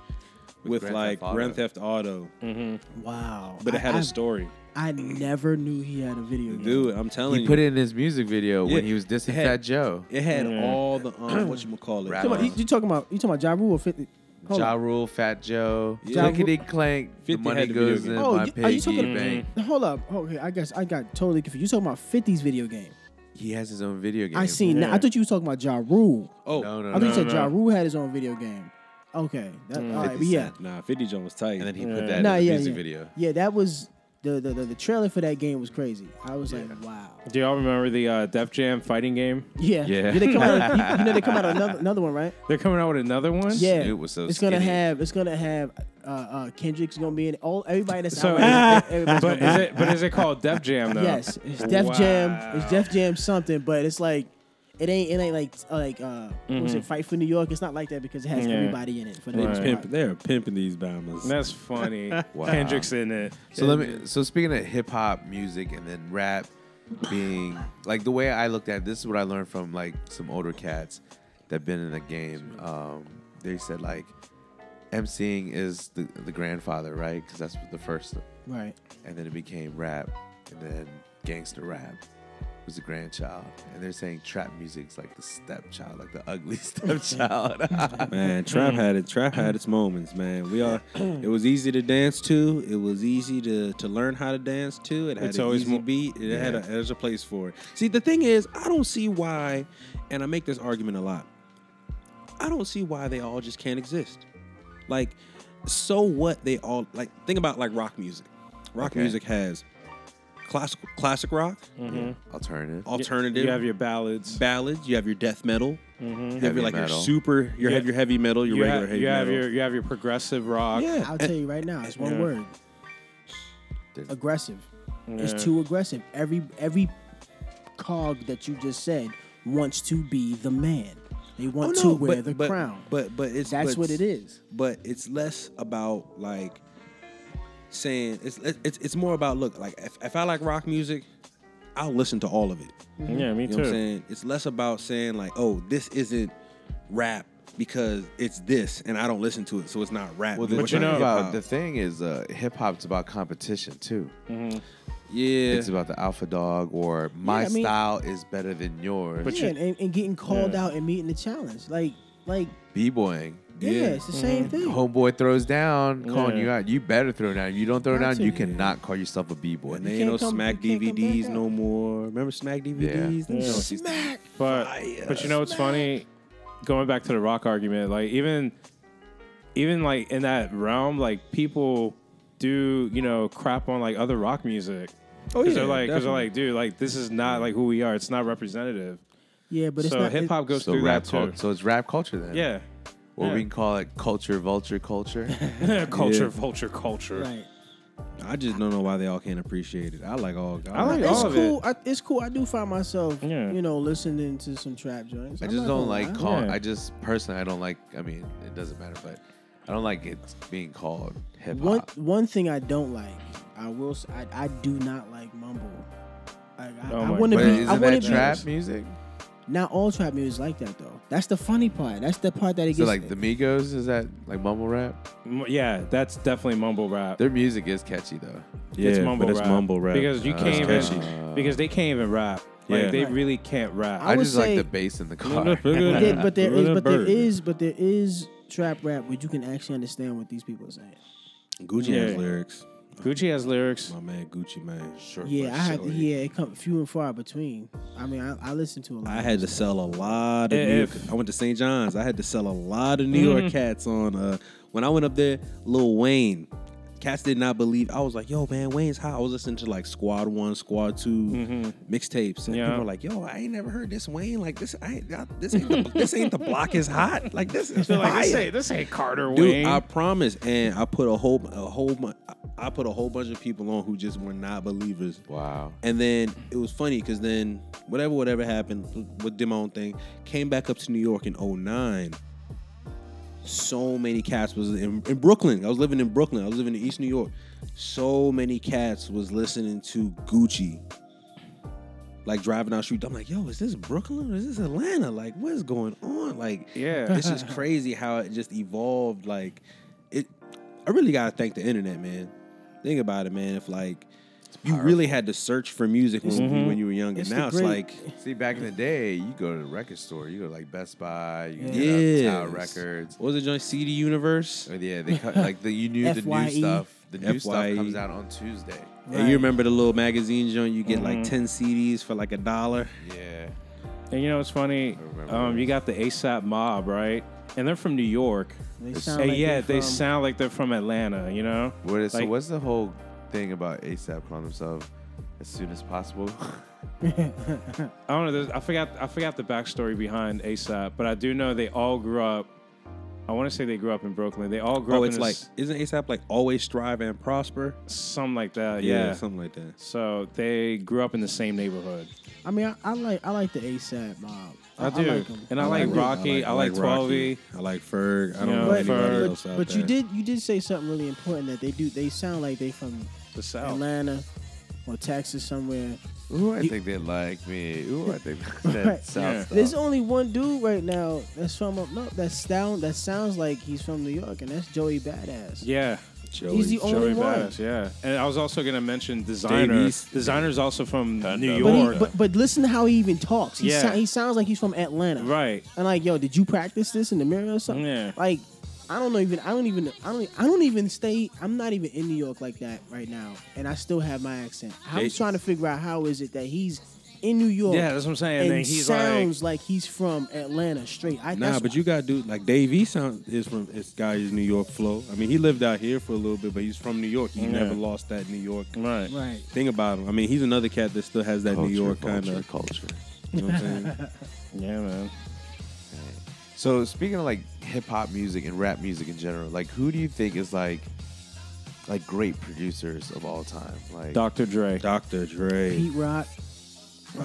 with,
Grand
like
Theft Auto.
Grand Theft Auto,
Mm. Wow.
but it had
a
a story.
I never knew he had a video game.
Dude, I'm telling
He
you,
put it in his music video
Yeah.
when he was dissing
Hey.
Fat Joe.
It had all the um, what you call it.
Rap
Come on, you, you talking about you talking about Ja Rule or Fifty? Hold
Ja
up.
Rule, Fat Joe,
Yeah.
Clickety Clank, the
50
money
had the video
goes
game. Mm-hmm.
in
Oh,
my
you- are you
piggy
talking-
bank.
Hold up. Oh, Okay, I guess I got totally confused. You talking about 50's video game?
He has his own video game.
I seen. that. I
Yeah.
thought you was talking about Ja Rule.
Oh,
No, no,
I thought
no.
you said
no.
Ja Rule had his own video game. Okay, that, all right,
50
but yeah,
Cent.
Nah, 50 John was tight.
And then he put that
nah,
in the
yeah,
music
yeah.
video.
yeah, that was the the, the the trailer for that game was crazy. I was like, wow,
Do y'all remember the uh, Def Jam fighting game?
yeah,
Yeah.
Did they come out? you- You know, they come out another another one, right?
They're coming out with another one?
Yeah,
Snoop was so
it's gonna
skinny.
have it's gonna have uh, uh, Kendrick's gonna be in it. all everybody that's
So,
out. there, everybody's
but
gonna
is
be in
it but is it called Def Jam though?
Yes, it's Def Jam. It's Def Jam something, but it's like it ain't it ain't like uh, like uh what was it Fight for New York? It's not like that because it has
Mm-hmm. Yeah.
everybody in it for the
They
most
pimp,
part.
they're pimping these bombers.
That's funny.
Wow.
Kendrick's in it.
So let me. So speaking of hip hop music and then rap being like the way I looked at it, this is what I learned from like some older cats that've been in the game. Um, they said like emceeing is the the grandfather, right? Because that's the first,
Right.
and then it became rap, and then gangster rap was the grandchild, and they're saying trap music's like the stepchild, like the ugly stepchild.
Man, trap had it. Trap had its moments, man. We all. It was easy to dance to. It was easy to to learn how to dance to. It had
It's
an
always
easy
mo-
beat. It had a, there's a place for it. See, the thing is, I don't see why, and I make this argument a lot. I don't see why they all just can't exist. Like, so what they all like think about like rock music rock
Okay.
music has classic classic rock
Alternative.
alternative
Mm, You have your ballads. Mm-hmm.
ballads you have your death metal you have
Heavy
your like
metal.
your super your
Yeah.
have your heavy metal your
you
regular
have,
heavy
you have
metal
your you have your progressive rock.
yeah
I'll
and-
tell you right now, it's one
Yeah.
word.
Did-
Aggressive.
Yeah.
It's too aggressive. Every every cog that you just said wants to be the man. They want
Oh,
to
no,
wear
but-
the
but-
crown.
But but it's
That's
but-
what it is.
But it's less about like saying it's it's it's more about look like if, if I like rock music, I'll listen to all of it.
Yeah, me
You know
too.
what I'm saying? It's less about saying like, oh, this isn't rap because it's this and I don't listen to it, so it's not rap.
Well,
know
the,
But you
thing
it's
know-
not
about,
hip-hop.
the thing is, uh, hip hop's about competition too.
yeah,
It's about the alpha dog or my
Yeah, I mean-
style is better than yours.
But
yeah,
you-
and, and getting called
Yeah.
out and meeting the challenge. Like like
B boying.
yeah,
Yeah.
it's the
Mm-hmm.
same thing.
Homeboy throws down, calling
Yeah.
you out. You better throw down. If you don't throw
Got
down,
to.
you cannot call yourself a B boy.
and they
can't
ain't no
come-
smack
you can't come back
DVDs
up.
no more. Remember smack DVDs? Them
Yeah.
shits used to-
But
Fire.
but you know what's funny? Going back to the rock argument, like even even like in that realm, like people do you know crap on like other rock music.
Oh,
Cause
yeah,
they're like, cause they're
definitely.
like, dude, like this is not like who we are. It's not representative.
Yeah, but it's
so
not it-
hip hop goes
So
through
rap
that
culture.
too.
So it's rap culture then.
yeah,
Or
Yeah.
we can call it culture vulture culture.
culture,
Yeah.
vulture, culture.
Right.
I just don't know why they all can't appreciate it. I like all.
I like
It's
all of
cool. I, it's cool. I do find myself,
Yeah.
you know, listening to some trap joints.
I
I'm
just
not
don't
gonna
like
lie.
calling.
Yeah.
I just personally, I don't like. I mean, it doesn't matter, but I don't like it being called hip
One
hop.
one thing I don't like, I will. s- I, I do not like mumble. Like, I,
Oh
I
my
want to
But
God.
be. I
isn't
want
that
to
trap
be.
music?
Not all trap music is like that though. That's the funny part. That's the part that it
Is it
gets.
like the Migos? Is that like mumble rap?
M- Yeah, that's definitely mumble rap.
Their music is catchy though.
Yeah,
it's mumble
but it's
rap.
mumble rap.
because you
Uh,
can't
it's
even
catchy.
because they can't even rap. Like
Yeah.
they
Right.
really can't rap.
I,
would
just
say-
like the bass in the car.
but there, but there is, but there is, but there is trap rap where you can actually understand what these people are saying.
Gucci
Yeah.
has lyrics.
Gucci has lyrics.
My man Gucci man. Sure.
Yeah, I had. Yeah, it come few and far between. I mean, I, I listen to a lot.
I had to sell a lot of
If-
New York. I went to St. John's. I had to sell a lot of New
Mm-hmm.
York cats on. Uh, when I went up there, Lil Wayne, cats did not believe. I was like, "Yo, man, Wayne's hot." I was listening to like Squad One, Squad 2 mixtapes, and
Mm-hmm. Yeah.
people were like, "Yo, I ain't never heard this Wayne. Like this, I, I this ain't the, this ain't the block is hot. Like this is
They're like, this
fire."
ain't, this ain't Carter
Dude,
Wayne.
I promise, and I put a whole a whole bu- I put a whole bunch of people on who just were not believers.
Wow.
And then it was funny because then whatever whatever happened with did my own thing, came back up to New York in 09. So many cats was in, in Brooklyn. I was living in Brooklyn. I was living in East New York. So many cats was listening to Gucci. Like driving down the street. I'm like, yo, is this Brooklyn or is this Atlanta? Like, what is going on? Like,
Yeah.
it's just crazy how it just evolved. Like, it I really gotta thank the internet, man. Think about it, man. If like you really had to search for music when,
Mm-hmm.
when you were younger,
It's the
now it's
great-
like
See, back in the day, you go to the record store. You go to like Best Buy. You get
yeah,
yeah. Tower Records.
What was it joint CD Universe?
Or, yeah, they cut, like the, you knew the new
FYE.
stuff. The new stuff
FYE.
comes out on Tuesday.
And you remember the little magazine joint? You get
Mm-hmm.
like ten CDs for like a dollar.
Yeah.
and you know what's funny?
remember
Um,
this.
you got the ASAP Mob, right? And they're from New York.
They sound
And
like
yeah,
they're
they
from-
sound like they're from Atlanta. You know?
What is, so
Like-
what's the whole thing about ASAP calling himself as soon as possible?
I don't know. there's- I forgot. I forgot the backstory behind ASAP, but I do know they all grew up. I want to say they grew up in Brooklyn. They all grew
Oh,
up
it's
in
like
this,
isn't ASAP like always strive and prosper?
something like that. Yeah.
something like that.
So they grew up in the same neighborhood.
I mean, I, I like I like the ASAP mob.
I,
I
do,
like 'em.
and I, like,
them.
Rocky. I like, E, Twelvey.
Rocky. I like Ferg. I don't
You know,
know
But,
anybody
Ferg.
else
but,
out
but you
there.
did you did say something really important that they do. They sound like they from
The South.
Atlanta or Texas somewhere.
Ooh, I
You-
think they like me. Ooh, I think that
Right.
South
Yeah.
stuff.
There's only one dude right now that's from up north that sound that sounds like he's from New York, and that's Joey Badass.
Yeah.
he's the only
Joey
one.
Badass, yeah. And I was also gonna mention designer.
Davies.
Designer's also from New
But,
York.
he, but but listen to how he even talks. He,
Yeah.
sou- he sounds like he's from Atlanta.
right.
And like, yo, did you practice this in the mirror or something?
Yeah.
Like, I don't know even. I don't even. I don't. I don't even stay. I'm not even in New York like that right now, and I still have my accent. I'm
They-
trying to figure out how is it that he's in New York.
Yeah, that's what I'm saying.
And
Then he's
sounds like, he's from Atlanta straight. I,
Nah,
that's-
but you got dude like Dave E sound is from this guy is New York flow. I mean, he lived out here for a little bit, but he's from New York. He never lost that New York
Right.
right.
thing about him. I mean, he's another cat that still has that
Culture,
New York
culture,
kind of.
culture.
You know what I'm saying?
Yeah, man.
So speaking of like hip hop music and rap music in general, like who do you think is like like great producers of all time? Like
Dr. Dre.
Dr. Dre,
Pete Rock.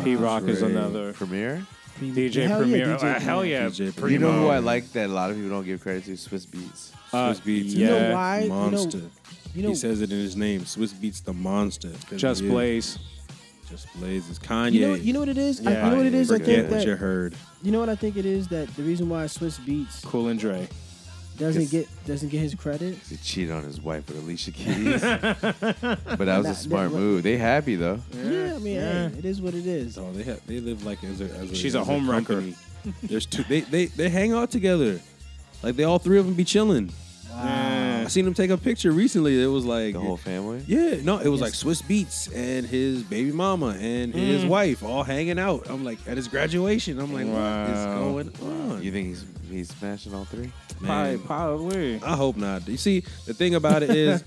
P Rock is
Dre.
another.
Premier?
DJ
Hell yeah,
Premier.
DJ
Uh, Hell
Premier.
yeah.
DJ
you know who
Premier.
I like that a lot of people don't give credit to? Swiss Beats.
Uh,
Swiss Beats,
You know
You
Yeah.
know why? You know-
monster.
You know,
he says it in his name. Swiss Beats the monster. 'Cause
Just
he is.
Blaze.
Just Blaze is Kanye.
you know, you know what it is. I-
Yeah,
you know what it is. I
Forget
think
what you
that
heard.
you know what I think it is that the reason why Swiss Beats
Cool and Dre.
doesn't
Yes.
get doesn't get his credit.
He cheated on his wife with Alicia Keys. but that was
Nah,
a smart
that-
move. They happy though.
Yeah, I mean, hey, it is what it is.
Oh, they have, they live like as a. As a
She's a
as
home wrecker.
company. There's two. They, they they hang out together, like they all three of them be chilling. I seen them take a picture recently. It was like
The whole family.
Yeah, no, it was like Swiss Beats and his baby mama and his wife all hanging out. I'm like at his graduation. I'm like,
Wow.
what is going on?
You think he's he's smashing all three?
Probably,
Man,
probably.
I hope not. You see, the thing about it is,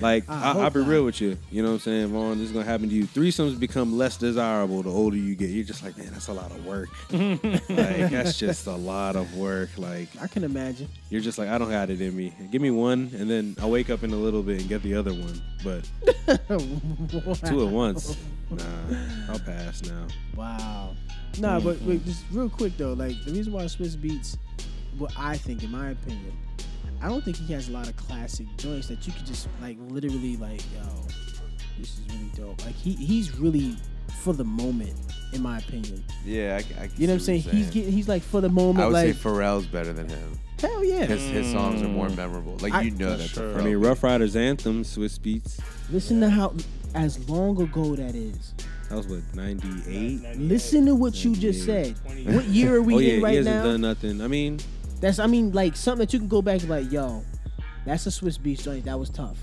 like, I I, will
hope
be real with you. You know what I'm saying, Vaughn? This is gonna happen to you. Threesomes become less desirable the older you get. You're just like, man, that's a lot of work. like, that's just a lot of work. Like,
I can imagine.
you're just like, I don't have it in me. Give me one, and then I wake up in a little bit and get the other one. But two at once, nah, I'll pass now.
Wow. Nah, but wait, just real quick though, like the reason why Swiss Beats, what I think, in my opinion, I don't think he has a lot of classic joints that you could just like literally like, yo, this is really dope. Like he he's really for the moment, in my opinion.
Yeah, I, I can
You know what I'm
see
saying? He's getting he's like for the moment,
I would
like
say Pharrell's better than him.
hell yeah.
His his songs are more memorable. Like
I-
you know that's a
Sure.
Pharrell.
I mean, Rough Riders anthem, Swiss Beats.
Listen to how as long ago that is.
That was what 98.
Listen to what you just said.
Twenty
What year are we
oh yeah,
in right
he hasn't
now?
done nothing. I mean,
That's I mean like something that you can go back and be like, yo, that's a Swiss Beats joint. That was tough.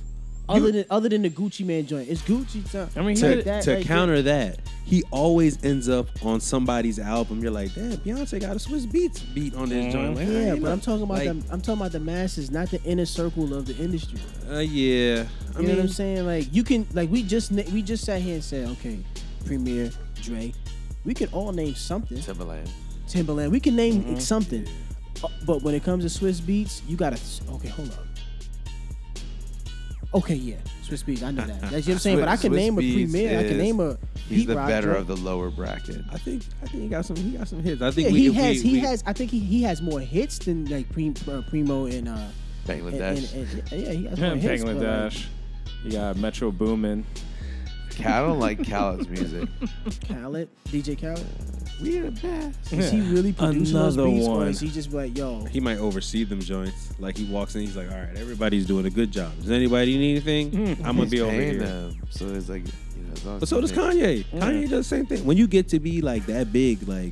Other than other than the Gucci Man joint, it's Gucci time.
I mean, he
to,
did-
that
to
right
counter that, he always ends up on somebody's album. You're like, damn, Beyonce got a Swiss Beats beat on this joint. Like,
yeah,
I ain't
but
know.
I'm talking about
like,
the, I'm talking about the masses, not the inner circle of the industry.
Uh, yeah, I
You
mean,
know what I'm saying? Like you can like we just na- we just sat here and said, okay, Premier, Drake, we could all name something.
Timberland.
Timberland, we can name
Mm-hmm.
it something. Uh, But when it comes to Swiss Beats, you gotta okay, hold up. Okay, yeah, Swiss Beats, I know that. That's what I'm saying. But I can
Swiss
name a
Beats
Premier, I
is-
can name a
He's
Heat
the
Rock
better
joint.
of the lower bracket.
I think I think he got some. He got some hits. I think
Yeah,
we,
he
if we-
has. he
we-
has. I think he, he has more hits than like Prim, uh, Primo and uh and, and,
Bangladesh.
and- yeah he has more hits. but, like,
Bangladesh. You got Metro Boomin.
I don't like Khaled's music.
Khaled, DJ Khaled.
we the best.
Is he really producing those
Another
beats or
one.
is he just like yo?
He might oversee them joints. Like he walks in, he's like, all right, everybody's doing a good job. Does anybody need anything?
Hmm.
I'm gonna
He's
be over
paying
here.
them. So it's like, you know, as long
But
as
so
you
does
make-
Kanye. Kanye does the same thing. When you get to be like that big, like you know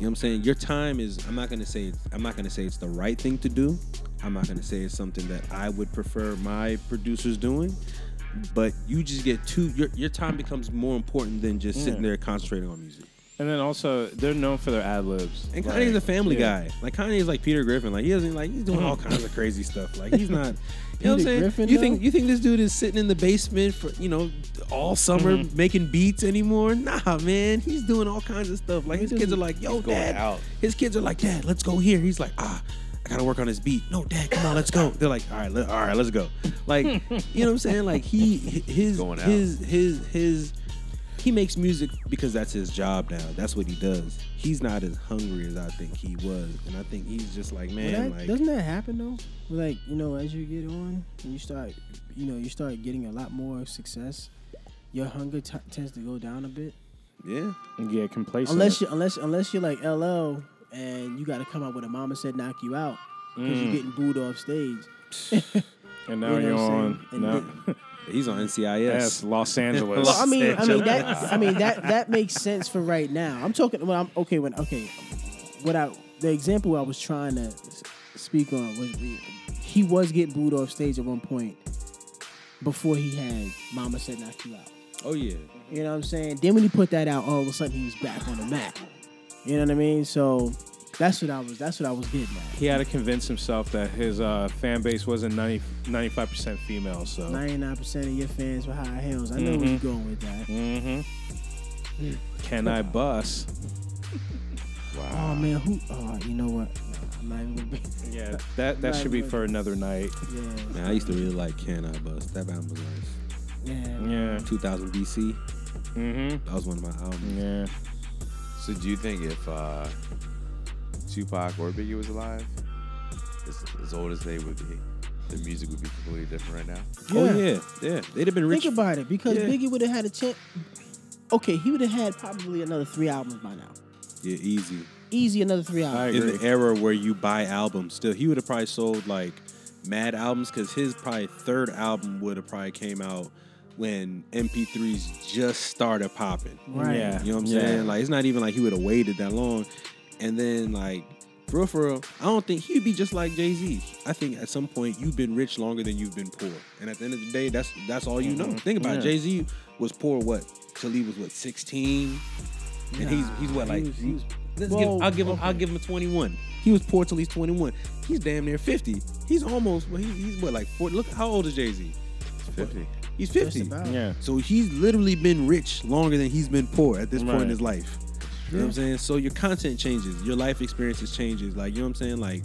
what I'm saying, your time is I'm not gonna say it's, I'm not gonna say it's the right thing to do. I'm not gonna say it's something that I would prefer my producers doing. But you just get too your your time becomes more important than just sitting there concentrating on music.
And then also, they're known for their ad libs.
And
Like,
Kanye's a family
yeah.
guy. Like Kanye's like Peter Griffin. Like he doesn't like he's doing all kinds of crazy stuff. Like he's not. You know what I'm
Peter
saying?
Griffin,
you think
though?
you think this dude is sitting in the basement for you know all summer making beats anymore? Nah, man. He's doing all kinds of stuff. Like his kids are like, yo,
going
dad.
out.
His kids are like, dad, let's go here. He's like, ah. I gotta work on this beat. No, Dad, come on, let's go. They're like, all right, let, all right, let's go. Like, you know what I'm saying? Like he, his,
Going out.
his, his, his, he makes music because that's his job now. That's what he does. He's not as hungry as I think he was, and I think he's just like,
Well,
man,
that-
like
doesn't that happen though? Like you know, as you get on and you start, you know, you start getting a lot more success. Your hunger t- tends to go down a bit,
yeah,
Yeah, complacent.
unless you unless unless you're like LL and you got to come out with a mama said knock you out because
Mm.
you're getting booed off stage.
and now
you know
you are
what I'm
on.
saying? And
now,
he's on
yes,
NCIS.
Los Angeles.
Well, I mean, I mean that I mean that that makes sense for right now. I'm talking when I'm okay when okay, what I the example I was trying to s- speak on was we- he was getting booed off stage at one point before he had Mama said knock you out.
Oh yeah.
You know what I'm saying? Then when he put that out, all of a sudden he was back on the map. You know what I mean? So that's what I was. That's what I was getting at.
He had to convince himself that his uh, fan base wasn't 90, 95% female. So,
Ninety-nine percent of your fans were high heels. I know where you're going with that.
Mm-hmm.
Hmm.
can I bust?
Oh man, who? Oh, you know what? Nah, I'm not even gonna be.
Yeah, that, that should be for another night.
Yeah,
Man, I used to really like Can I Bust. That album was nice.
yeah.
Yeah.
2000 BC.
Mm
That was one of my albums.
hmm. Yeah.
So do you think if uh, Tupac or Biggie was alive, as, as old as they would be, the music would be completely different right now?
Oh yeah, yeah. They'd have been rich.
Think about it, because
Yeah.
Biggie would have had a chance. Okay, he would have had probably another three albums by now.
yeah, easy.
Easy, another three
I
albums.
agree.
In the era where you buy albums, still he would have probably sold like mad albums because his probably third album would have probably came out when MP3s just started popping.
Right.
Yeah.
You know what I'm
Yeah.
saying? Like it's not even like he would have waited that long. And then like for real, for real, I don't think he'd be just like Jay Z. I think at some point you've been rich longer than you've been poor. And at the end of the day, that's that's all you
Mm-hmm.
know. Think about
Yeah.
it. Jay Z was poor what till he was what 16, and he's he's what
Nah,
like.
he was- he was-
Let's
Well,
give, I'll give him. I'll
okay.
give him a 21. He was poor till he's 21. He's damn near 50. He's almost. Well, he, he's what like 40. Look how old is Jay Z?
Fifty.
He's
Just
50.
about.
Yeah.
So he's literally been rich longer than he's been poor at this point
Right.
in his life. You know what I'm saying? So your content changes, your life experiences changes. Like you know what I'm saying? Like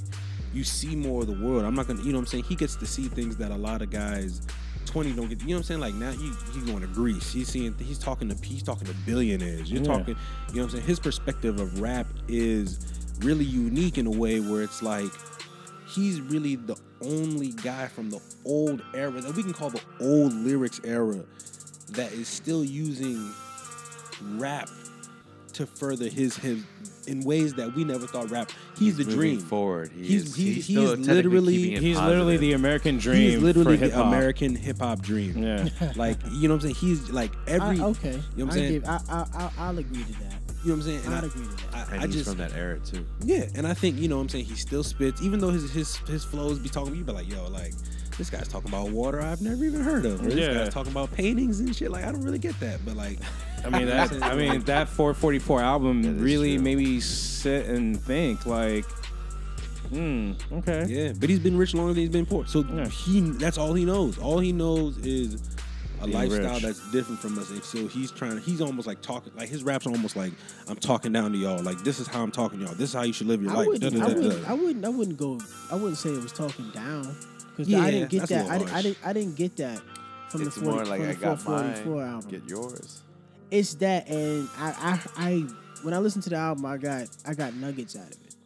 you see more of the world. I'm not gonna, you know what I'm saying? He gets to see things that a lot of guys 20 don't get. You know what I'm saying? Like now you you going to Greece. He's seeing. He's talking to. He's talking to billionaires. You're
Yeah.
talking. You know what I'm saying? His perspective of rap is really unique in a way where it's like he's really the only guy from the old era that we can call the old lyrics era that is still using rap to further his him in ways that we never thought rap. He's the
Moving
dream.
Forward. He
He's-
is,
he-
he's
he
still
is
technically
literally-
keeping it
He's literally
positive.
the American dream.
He's literally
for
the
hip-hop.
American hip hop dream.
Yeah.
Like you know what I'm saying? He's like
I,
every
okay.
You know what I'm
I
saying?
give- I, I, I, I'll agree to that.
you know what I'm saying? And
I'd
I-
agree to that.
I,
And
I
he's
just
from that era too.
Yeah, and I think you know what I'm saying he still spits, even though his his his flows be talking. You be like, yo, like this guy's talking about water I've never even heard of. Or this
Yeah.
guy's talking about paintings and shit. Like I don't really get that, but like
I mean that. I mean that 444 album
That is
really
true.
made me sit and think. Like, hmm. Okay.
yeah. But he's been rich longer than he's been poor, so
Yeah.
he that's all he knows. All he knows is a
Being
lifestyle
rich.
that's different from us, and so he's trying. He's almost like talking. Like his raps are almost like I'm talking down to y'all. Like this is how I'm talking to y'all. This is how you should live your
I
life.
wouldn't,
Da,
I,
da, da, da.
wouldn't, I wouldn't. I wouldn't go. I wouldn't say it was talking down because
Yeah,
I didn't get
that's a
that. I,
little
di- I
harsh.
didn't. I didn't get that from
It's
the 40,
more like
from
I
the
got
444
mine.
album.
Get yours.
It's that, and I, I, I, when I listened to the album, I got, I got nuggets out of it.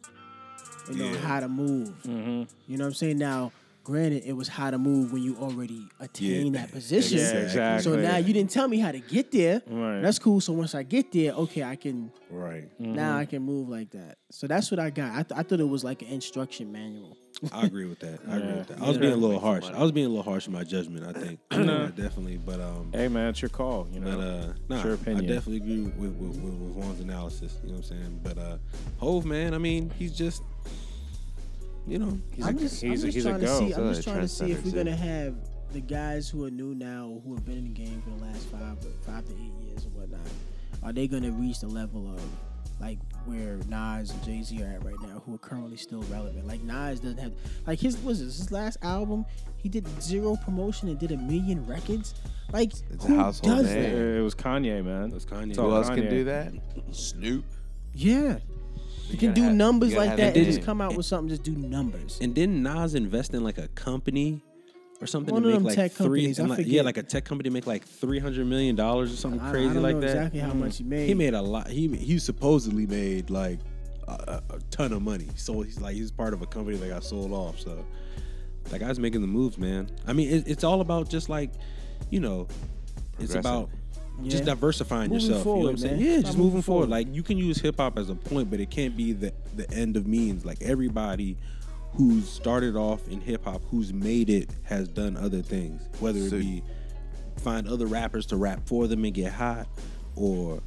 You know
Yeah. Mm-hmm.
how to move. You know what I'm saying? Now, granted, it was how to move when you already attained
Yeah,
that position.
Yeah, exactly.
So now you didn't tell me how to get there.
Right.
That's cool. So once I get there, okay, I can
right.
now I can move like that. So that's what I got. I, th- I thought it was like an instruction manual.
I agree with that. I agree
Yeah.
with that. I was
Yeah.
being a little harsh. I was being a little harsh in my judgment. I think
No.
definitely, but um,
Hey man, it's your call. You know.
but uh, nah,
your
I
opinion.
definitely agree with with, with, with Juan's analysis. You know what I'm saying? But uh, Hove man, I mean, he's just, you know,
he's
I'm
a,
just,
he's,
I'm
a,
just
he's a
trying to
go.
see. I'm
So
just
they
trying to see if
transcended
we're
it.
gonna have the guys who are new now or who have been in the game for the last five, five to eight years or whatnot. Are they gonna reach the level of like where Nas and Jay Z are at right now, who are currently still relevant? Like Nas doesn't have like his was this his last album? He did zero promotion and did a million records. Like
It's a
who
household
does
name.
that?
It was Kanye, man.
it's Kanye.
So-
Who
Oh,
else can
Kanye.
do that? Snoop.
Yeah. You
gotta
can do
have-
numbers
you gotta
like
have
that
the
and just
name.
come out with something, just do numbers.
and didn't Nas invest in like a company or something
One
to
of
make
them
like
tech
three?
companies, I
and, like- yeah,
forget.
like a tech company make like three hundred million dollars or something
I- I
crazy
don't
like
know
that. Mm-hmm.
exactly how much he made.
He made a lot. He he supposedly made like a, a a ton of money. So he's like he's part of a company that got sold off. So that guy's making the moves, man. I mean, it, it's all about just like you know, it's
Progressing.
about just
Yeah.
diversifying
Moving
yourself. you know what I'm
forward,
saying?
man.
Yeah,
Stop
just
moving
moving forward.
forward.
Like you can use hip hop as a point, but it can't be the the end of means. Like everybody who's started off in hip hop, who's made it, has done other things. Whether it
So-
be find other rappers to rap for them and get hot, or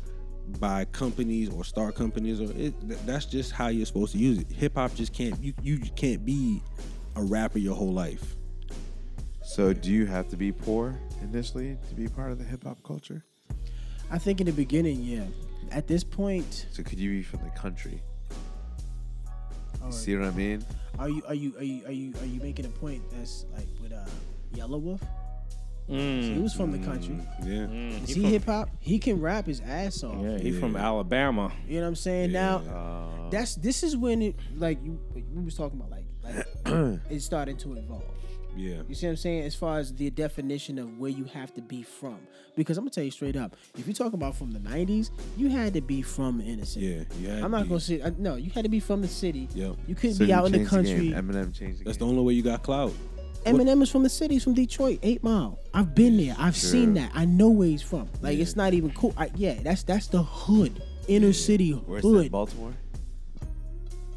buy companies or start companies, or it, th- that's just how you're supposed to use it. Hip hop just can't you you can't be a rapper your whole life.
So do you have to be poor initially to be part of the hip hop culture?
I think in the beginning, yeah. At this point,
So could you be from the country? You see what I mean?
are you are you are you are you are you making a point that's like with uh Yellow Wolf? So
Mm.
he was from the country.
Yeah.
Is he hip hop? He can rap his ass off.
Yeah, he from Alabama.
You know what I'm saying? Now
Uh,
that's this is when it like you we was talking about like like it started to evolve.
Yeah.
You see what I'm saying? As far as the definition of where you have to be from. Because I'm gonna tell you straight up, if you're talking about from the nineties, you had to be from innocent.
Yeah. You had
I'm not
to-
gonna say I, no, you had to be from the city.
Yep.
You couldn't
So
be
you
out in the
changed
country.
game. Eminem changed the
That's the
game.
only way you got clout.
Eminem is from the city. He's from Detroit, Eight Mile. I've been there. I've seen that. I know where he's from. Like it's not even cool. I, yeah, that's that's the hood, inner city
Where's that?
hood.
Baltimore?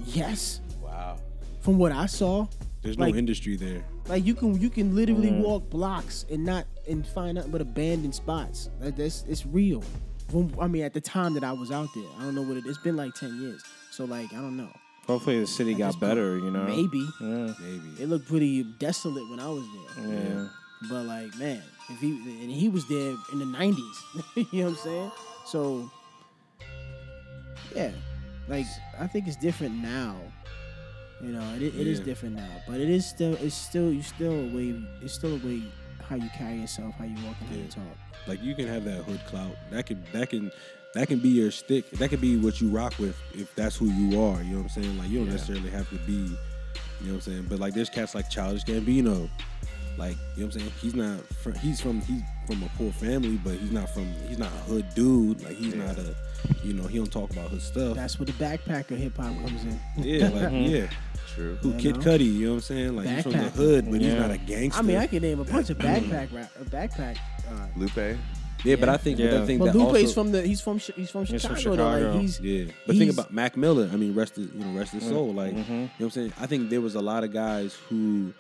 yes,
Wow.
from what I saw,
There's
Like-
no industry there.
like you can you can literally
Mm-hmm.
walk blocks and not and find nothing but abandoned spots. Like that's it's real. From, I mean, at the time that I was out there, I don't know what it. It's been like ten years, so like I don't know.
Hopefully the city got better. You
Uh-huh.
know.
Maybe
Yeah.
Maybe.
it looked pretty desolate when I was there.
Yeah.
But like, man, if he and he was there in the nineties, you know what I'm saying? So yeah, like I think it's different now. You know, it, it is
Yeah.
different now, but it is still it's still you still a way it's still a way how you carry yourself, how you walk, and how you
Yeah.
talk.
Like you can have that hood clout. That can that can that can be your stick. That can be what you rock with if that's who you are. You know what I'm saying? Like you don't necessarily have to be. You know what I'm saying? But like there's cats like Childish Gambino. Like you know what I'm saying? He's not. From, he's from he's from a poor family, but he's not from he's not a hood dude. Like he's not a. You know he don't talk about hood stuff.
That's where the backpacker hip hop comes in.
yeah, like yeah.
True.
Who
You
Kid
know?
Cudi? You know what I'm saying? Like he's from the
Backpacker.
hood, but he's
Yeah.
not a gangster.
I mean, I could name a bunch of backpack rap, uh, backpack. Uh,
Lupe.
Yeah, but
Yeah.
I think but
Yeah.
I think
but
that
Lupe's
also,
from the he's from Chi- he's from Chicago.
He's from
though,
Chicago.
Like, he's
yeah. But think
he's-
about Mac Miller. I mean, rest his, you know,
Mm,
rest his soul. Like
mm-hmm.
you know what I'm saying? I think there was a lot of guys who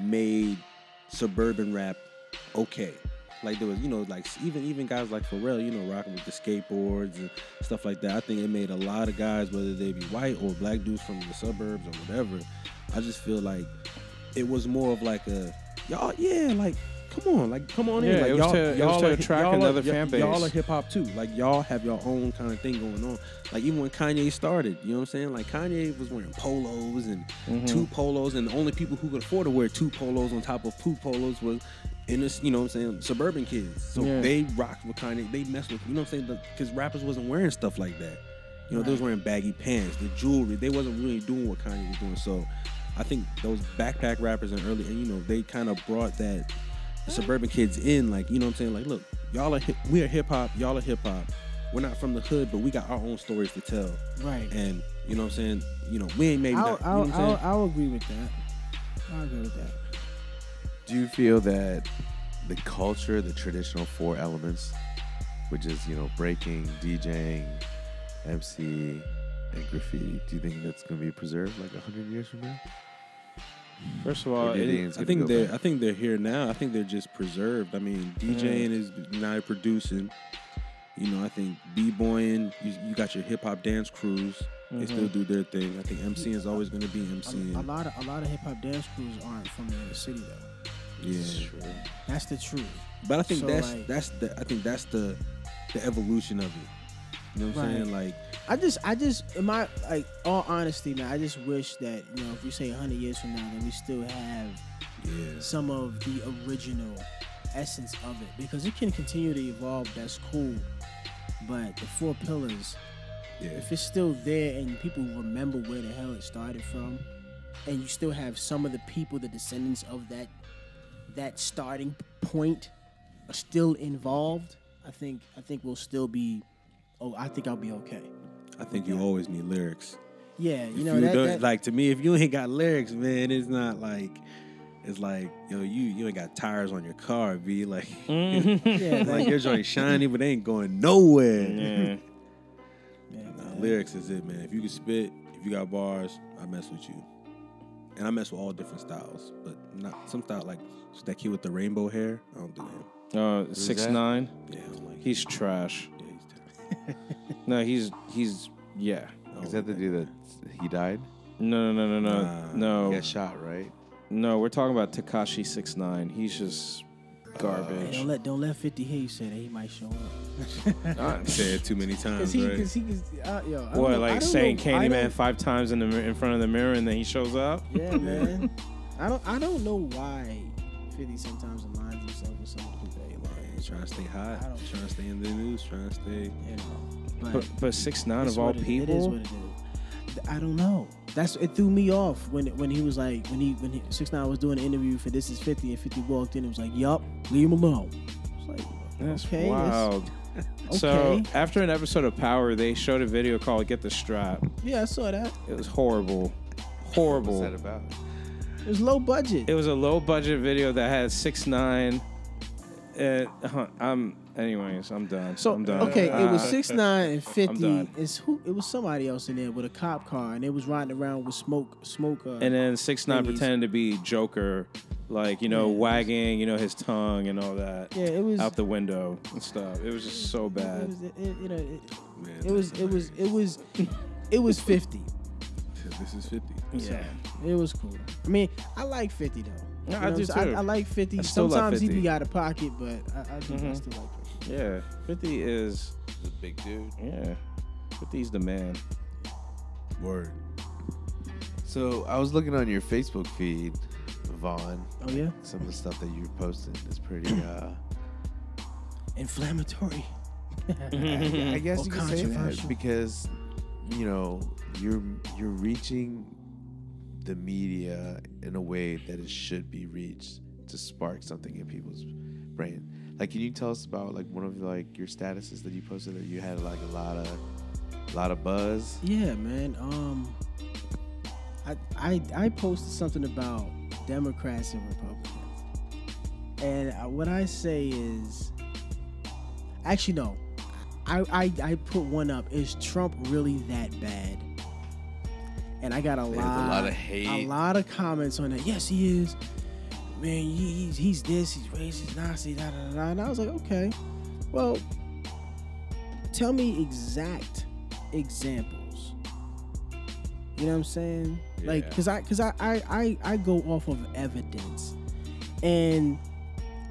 made suburban rap okay. Like there was, you know, like even even guys like Pharrell, you know, rocking with the skateboards and stuff like that. I think it made a lot of guys, whether they be white or black dudes from the suburbs or whatever. I just feel like it was more of like a y'all, yeah, like come on, like come on
Yeah,
in, like
it was
y'all,
to- it
y'all
was to
are-
attract
y'all are-
another
y-
fan
Y'all
base.
are hip hop too. Like y'all have your own kind of thing going on. Like even when Kanye started, you know what I'm saying? Like Kanye was wearing polos and two polos, and the only people who could afford to wear two polos on top of two polos was in this, you know what I'm saying, suburban kids. So
Yeah.
they rocked with Kanye. They messed with, you know what I'm saying? Because rappers wasn't wearing stuff like that. You know, they was wearing baggy pants, the jewelry. They wasn't really doing what Kanye was doing. So I think those backpack rappers and early, and you know, they kind of brought that suburban kids in. Like, you know what I'm saying? Like, look, y'all are hip, we are hip hop. Y'all are hip hop. We're not from the hood, but we got our own stories to tell.
right.
And you know what I'm saying? You know, we ain't maybe
I'll,
not. You know
I'll,
what I'm
I'll,
saying?
I'll agree with that. I'll agree with that.
Do you feel that the culture, the traditional four elements, which is you know breaking, DJing, MC, and graffiti, do you think that's going to be preserved like hundred years from now?
First of all,
Or do you
it-
think it's
I
gonna
think
go
they're
back?
I think they're here now. I think they're just preserved. I mean, DJing is now producing. You know, I think b boying. You, you got your hip hop dance crews. They still do their thing. I think MCing is always going to be
A, a
MCing.
lot of a lot of hip hop dance crews aren't from the inner city though.
Yeah,
That's the truth.
but I think
So,
that's
like-
that's the I think that's the the evolution of it. You know what I'm
Right.
saying? Like,
I just I just in my like all honesty, man, I just wish that you know if you say hundred years from now that we still have
yeah,
some of the original essence of it because it can continue to evolve. That's cool, but the four pillars
yeah.
if it's still there and people remember where the hell it started from and you still have some of the people the descendants of that that starting point are still involved i think i think we'll still be oh i think i'll be okay
I think you always need lyrics.
yeah
If
you know
you
that,
don't-
that-
like to me, if you ain't got lyrics, man, it's not like it's like yo, you you ain't got tires on your car, be like,
yeah,
Mm-hmm.
like
like,
your joint shiny, but they ain't going nowhere.
yeah.
Nah, lyrics is it, man. If you can spit, if you got bars, I mess with you, and I mess with all different styles, but not some style like that kid with the rainbow hair. I don't do him.
Uh, six
that?
nine.
Yeah, I don't like. him.
He's trash.
Yeah, he's terrible.
No, he's he's yeah.
I don't
Is that the
like
dude that he died?
No, no, no, no, no,
Nah.
He
no,
got shot, right?
no. We're talking about Takashi six nine. He's just
Hey,
garbage.
don't let don't let Fifty hear you say that. He might show up.
I say it too many
Cause
times,
he,
right?
cause he, cause, uh, yo, I
What,
don't- I don't
like saying
know- I
Candyman
don't-
five times in the mir- in front of the mirror and then he shows up?
Yeah, man. I don't, I don't know why Fifty sometimes aligns himself with some people that he like.
Trying to stay hot,
I don't-
trying to stay in the news, trying to stay.
You know,
But but six nine
it's
of all
what it- it is what
people,
it is. Th- I don't know. That's it threw me off when it- when he was like when he when he, six nine was doing an interview for This Is Fifty and Fifty walked in and was like, "Yup, leave him alone." It's like,
that's
okay, that's-
wild. So
okay.
after an episode of Power, they showed a video called "Get the Strap."
yeah, I saw that.
It was horrible,
What's that
horrible.
about?
It was low budget.
It was a low budget video that had six nine. Uh, huh, I'm anyways. I'm done.
So
I'm done.
okay, it was
Uh,
six nine and
done.
fifty. It's who? It was somebody else in there with a cop car, and they was riding around with smoke, smoke. Uh,
And
Oh,
then six nine
thingies.
pretended to be Joker, like you know, wagging you know his tongue and all that.
Yeah, it was-
out the window and stuff. It was just so
it
bad.
was, it, it, you know, it,
Man,
it was, it was, it was, it was fifty.
This is fifty.
Yeah, it was cool. I mean, I like fifty though.
No, I
what
do
I'm saying?
too.
I, I like fifty.
I still love Mm-hmm.
Sometimes he
50.
be out of pocket, but I, I do I still like fifty.
Yeah, Fifty is
He's a big dude.
yeah, Fifty's the man.
Word. So I was looking on your Facebook feed, Vaughn.
Oh yeah,
Some of the stuff that you were posting is pretty. uh
inflammatory.
I, I guess
Or
you could say that
controversial.
because you know you're you're reaching the media in a way that it should be reached to spark something in people's brain. Like, can you tell us about like one of like your statuses that you posted that you had like a lot of lot of buzz?
Yeah, man. Um, I I I posted something about Democrats and Republicans, and uh, what I say is, actually no, I I, I put one up. Is Trump really that bad? And I got a
There's a
lot,
lot of
a
hate.
lot of comments on that. Yes, he is. Man, he, he's he's this. He's racist, Nazi, da da da, da. And I was like, okay, well, tell me exact examples. You know what I'm saying? Like, cause I, cause I, I, I, I go off of evidence, and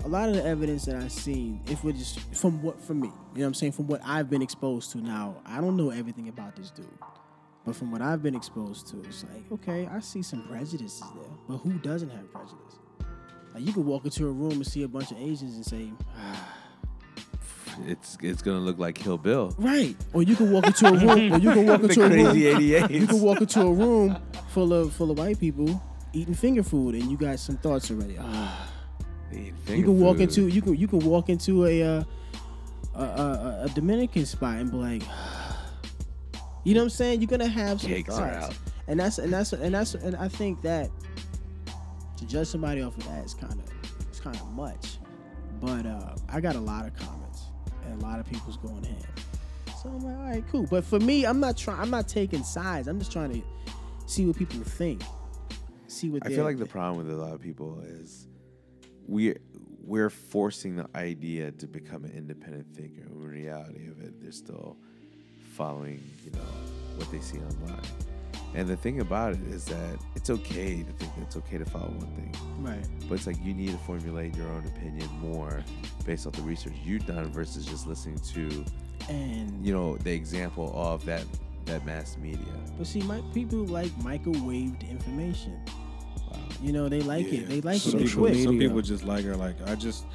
a lot of the evidence that I've seen, if we're just from what for me, you know what I'm saying, from what I've been exposed to. Now, I don't know everything about this dude, but from what I've been exposed to, it's like, okay, I see some prejudices there, but who doesn't have prejudice? Like, you could walk into a room and see a bunch of Asians and say, "Ah."
It's it's gonna look like Hill Bill.
right, or you could walk into a room, or you could walk
The
into a room.
crazy
you can
88s.
walk into a room full of full of white people eating finger food and you got some thoughts already. Ah. you can walk into you can you can walk into a uh, a, a, a Dominican spot and be like, you know what I'm saying? You're gonna have some
Cakes are
thoughts.
out.
and that's and that's and that's and I think that to judge somebody off of that is kind of it's kind of much. But uh, I got a lot of comments and a lot of people's going ham. So I'm like, all right, cool. But for me, I'm not trying. I'm not taking sides. I'm just trying to see what people think. See what
I
their-
feel like the problem with a lot of people is we we're forcing the idea to become an independent thinker. When in reality of it, they're still following, you know, what they see online. And the thing about it is that it's okay to think that it's okay to follow one thing,
right.
but it's like you need to formulate your own opinion more based off the research you've done versus just listening to,
And
you know, the example of that that mass media.
but see, my people like microwaved information. You know, they like it. They like
some
it. They
people,
quick.
some people just like are like I just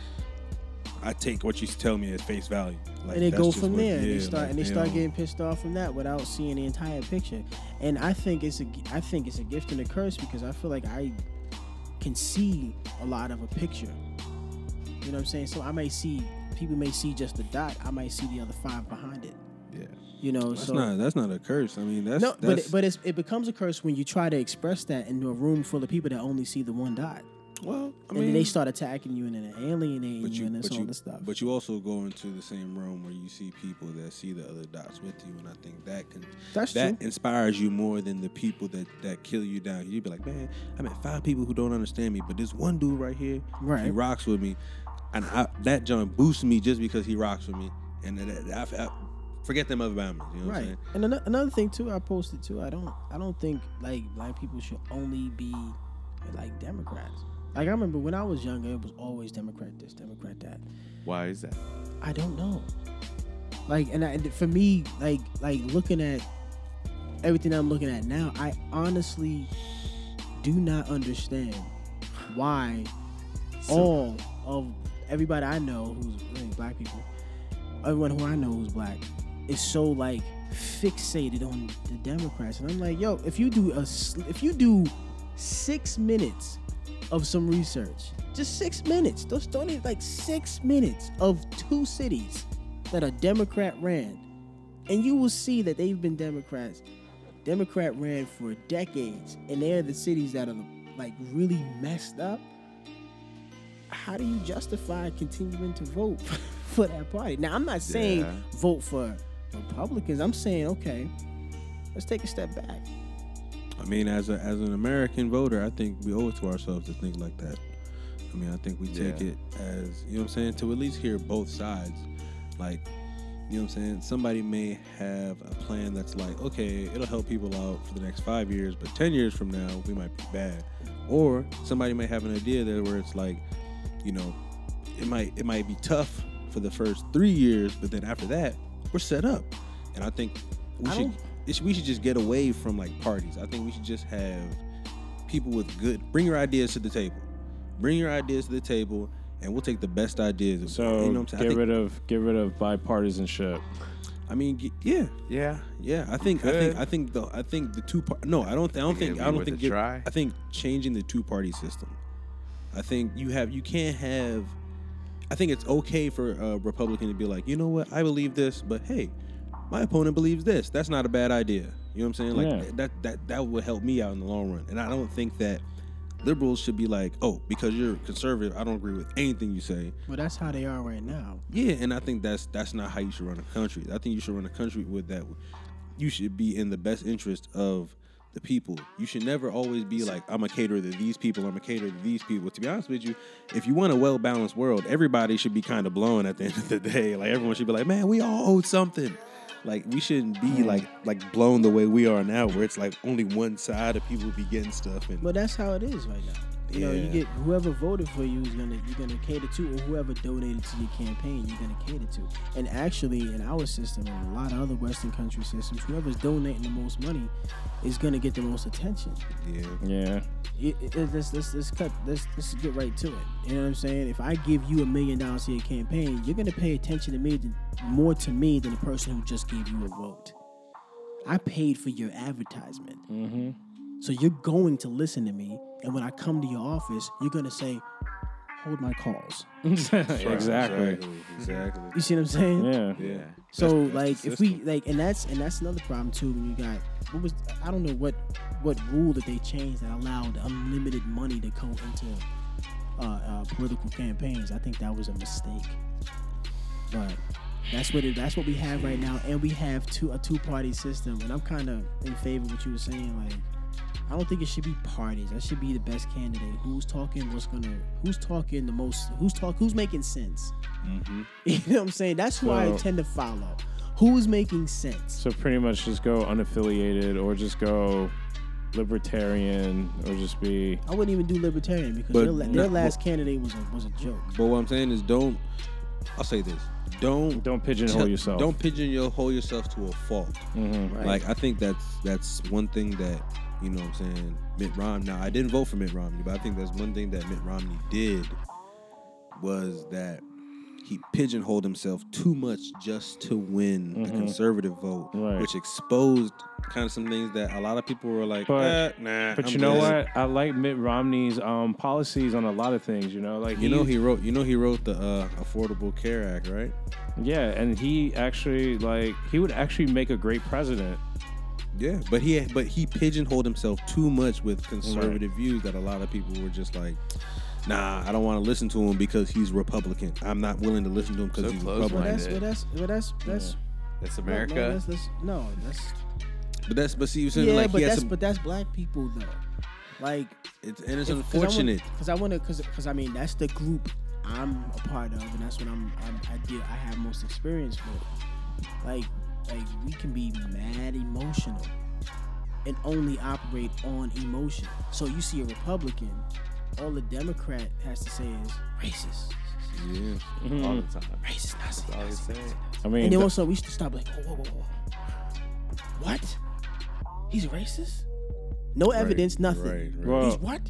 I take what you tell me at face value, like,
and they
that's
go
just
from
what-
there. and
yeah,
they start
like,
and they start
don't-
getting pissed off from that without seeing the entire picture. And I think it's a g- I think it's a gift and a curse because I feel like I can see a lot of a picture. You know what I'm saying? So I may see people may see just the dot. I might see the other five behind it.
Yeah.
You know,
That's
so
not that's not a curse. I mean, that's
no, but
that's,
it, but it's, it becomes a curse when you try to express that in a room full of people that only see the one dot.
well, I
and
mean,
then they start attacking you and then alienating
but
you,
you,
and it's
but
all
you,
this stuff.
but you also go into the same room where you see people that see the other dots with you, and I think that can
That's
that
true.
inspires you more than the people that that kill you down. You'd be like, man, I met five people who don't understand me, but this one dude right here, he
Right.
rocks with me, and I, that John boosts me just because he rocks with me, and that, that- I, I forget them other boundaries. You know what I'm
right.
saying?
And ano- another thing too, I posted too. I don't I don't think like black people should only be like Democrats. Like I remember when I was younger, it was always Democrat this, Democrat that.
Why is that?
I don't know. Like, and I, and for me, like, like looking at everything I'm looking at now, I honestly do not understand why all of everybody I know who's really black people, everyone who I know who's black, is so like fixated on the Democrats, and I'm like, yo, if you do a, sl- if you do six minutes of some research, just six minutes, those don't need like six minutes of two cities that a Democrat ran, and you will see that they've been Democrats. Democrat ran for decades, and they're the cities that are like really messed up how do you justify continuing to vote for that party? Now, I'm not saying
Yeah.
vote for Republicans. I'm saying, okay, let's take a step back.
I mean, as a, as an American voter, I think we owe it to ourselves to think like that. I mean, I think we take
Yeah.
it as you know what I'm saying to at least hear both sides. Like, you know what I'm saying. Somebody may have a plan that's like, okay, it'll help people out for the next five years, but ten years from now we might be bad. Or somebody may have an idea there where it's like, you know, it might it might be tough for the first three years, but then after that we're set up. And I think we
I
should
don't-
it should- we should just get away from like parties. I think we should just have people with good bring your ideas to the table. Bring your ideas to the table and we'll take the best ideas.
So
you know what I'm
get
saying? I, think-
rid of get rid of bipartisanship.
I mean, g- yeah,
Yeah.
yeah. I think I
Good.
think I think the I think the two part. No, I don't. I don't
Think
think
it'd be
I don't
worth
think
a
you're-
try?
I think changing the two party system. I think you have you can't have. I think it's okay for a Republican to be like, you know what, I believe this, but hey, my opponent believes this. That's not a bad idea. You know what I'm saying? Like
Yeah.
that that that would help me out in the long run. And I don't think that liberals should be like, oh, because you're conservative, I don't agree with anything you say.
Well, that's how they are right now.
Yeah, and I think that's that's not how you should run a country. I think you should run a country with that. You should be in the best interest of the people. You should never always be like, I'm a caterer to these people. I'm a caterer to these people. To be honest with you, if you want a well balanced world, everybody should be kind of blown at the end of the day. Like everyone should be like, man, we all owe something. Like we shouldn't be like like blown the way we are now, where it's like only one side of people be getting stuff. And
But that's how it is right now. You know, you
Yeah.
get whoever voted for you is gonna you're gonna cater to, or whoever donated to your campaign, you're gonna cater to. And actually, in our system and a lot of other Western country systems, whoever's donating the most money is gonna get the most attention.
yeah,
Yeah.
it, it, it- let's, let's, let's cut let's, let's get right to it you know what i'm saying if i give you a million dollars to your campaign you're going to pay attention to me than, more to me than the person who just gave you a vote i paid for your advertisement
Mm-hmm.
so you're going to listen to me and when i come to your office you're going to say hold my calls
exactly.
exactly.
you see what i'm saying
Yeah.
Yeah.
So
That's- that's
like
the
if we
system.
like and that's and that's another problem too when you got what was I don't know what what rule that they changed that allowed unlimited money to go into uh, uh, political campaigns. I think that was a mistake. But that's what it, that's what we have right now, and we have two a two party system. And I'm kind of in favor of what you were saying. Like I don't think it should be parties. That should be the best candidate. Who's talking? What's gonna? Who's talking the most? Who's talk? Who's making sense? You know what I'm saying? That's who I
So-
tend to follow. Who's making sense?
So pretty much just go unaffiliated or just go libertarian or just be
I wouldn't even do libertarian because
But
their, la- their
not-
last candidate was a was a joke.
But what I'm saying is, don't. I'll say this: don't
don't pigeonhole
Tell-
yourself.
Don't pigeonhole yourself to a fault.
Mhm.
Right.
Like I think that's that's one thing that you know what I'm saying Mitt Romney. Now I didn't vote for Mitt Romney, but I think that's one thing that Mitt Romney did was that he pigeonholed himself too much just to win the conservative vote,
Mm-hmm. Right.
which exposed kind of some things that a lot of people were like,
But-
"Eh, nah.
But
I'm
you know
good."
what? I like Mitt Romney's um, policies on a lot of things. You know, like
You know he wrote. You know he wrote the uh, Affordable Care Act, right?
yeah, and he actually like he would actually make a great president.
Yeah, but he but he pigeonholed himself too much with conservative views that a lot of people were just like, nah, I don't want to listen to him because he's Republican. I'm not willing to listen to him because
So
he's
close-minded.
Well,
Mine
Republican.
that's
did.
well, that's well, that's that's
That's
no,
America.
No, that's, that's, no, that's
But that's but see, you're saying
yeah,
like
but
he has
that's
some,
but that's black people though. Like
it's, and it's unfortunate.
because I want to because I mean that's the group I'm a part of and that's what I'm, I'm I do I have most experience with. Like like we can be mad emotional and only operate on emotion. So you see a Republican all the Democrat has to say is racist,
Yeah.
all the time.
racist, Nazi. Nazi.
I
And
mean,
then
th-
also we should stop like, whoa, whoa, whoa, whoa. What? He's racist? No evidence, nothing.
Right. right.
well,
He's what?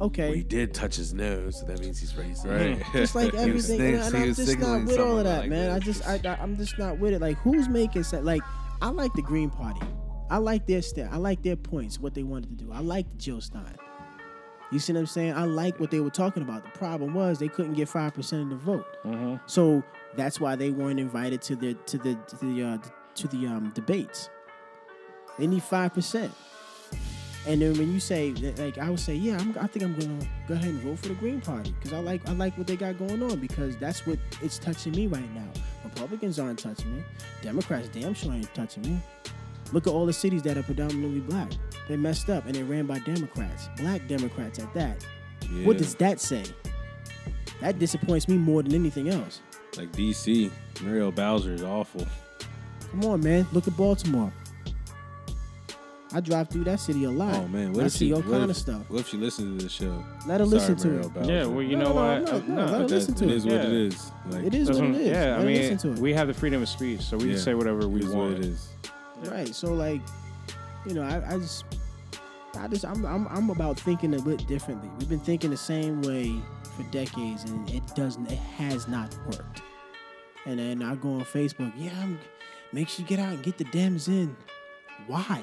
Okay.
He did touch his nose, so that means he's racist. Hmm.
Right.
just like
He was snig-
everything. and
he
I'm
was
just not
signaling
with all
something
of that,
like
man.
that.
I just, I, I, I'm just not with it. Like, who's making sense? Like, I like the Green Party. I like their step. I like their points. What they wanted to do. I like the Jill Stein. You see what I'm saying? I like what they were talking about. The problem was they couldn't get five percent of the vote.
Mm-hmm.
So that's why they weren't invited to the to the to the uh, to the um, debates. They need five percent. And then when you say that, like I would say, yeah, I'm, I think I'm gonna go ahead and vote for the Green Party because I like I like what they got going on because that's what it's touching me right now. Republicans aren't touching me. Democrats damn sure ain't touching me. Look at all the cities that are predominantly black. They messed up and they ran by Democrats, black Democrats at that.
Yeah.
What does that say? That disappoints me more than anything else.
like DC? Muriel Bowser is awful.
Come on, man. Look at Baltimore. I drive through that city a lot.
Oh man, what
I
if
see
she?
all
what
kind
if-
of stuff.
What if she listens to this show?
Let her listen to
Muriel
it.
Bowser.
yeah, well, you
No,
know
no, no,
what? I-
no, let her
But
that's-
listen
that-
to
It
it.
is what it
Yeah.
is. Like,
It is
that's
what it
what-
is.
uh-huh, Mm-hmm. Yeah,
Let
I
her
mean,
listen to it.
we have the freedom of speech, so we
yeah,
can say whatever we
it is
want.
What it is.
Right. So like, you know, I, I just, I just, I'm, I'm, I'm about thinking a bit differently. We've been thinking the same way for decades, and it doesn't, it has not worked. And then I go on Facebook, yeah, I'm, make sure you get out and get the Dems in. Why?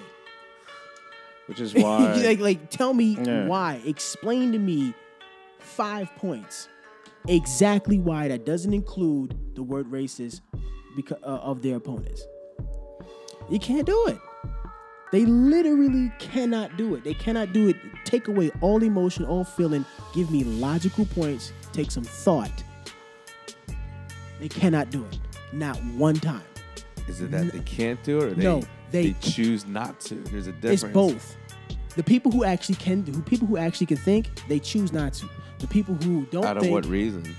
Which is why.
like, like, tell me
Yeah.
why. Explain to me five points exactly why that doesn't include the word racist because uh, of their opponents. You can't do it. They literally cannot do it. They cannot do it. Take away all emotion, all feeling. Give me logical points. Take some thought. They cannot do it. Not one time.
Is it that they can't do it, or they,
No,
they
they-
choose not to? There's a difference.
It's both. The people who actually can do, people who actually can think, they choose not to. The people who don't
Out of
think
what reason?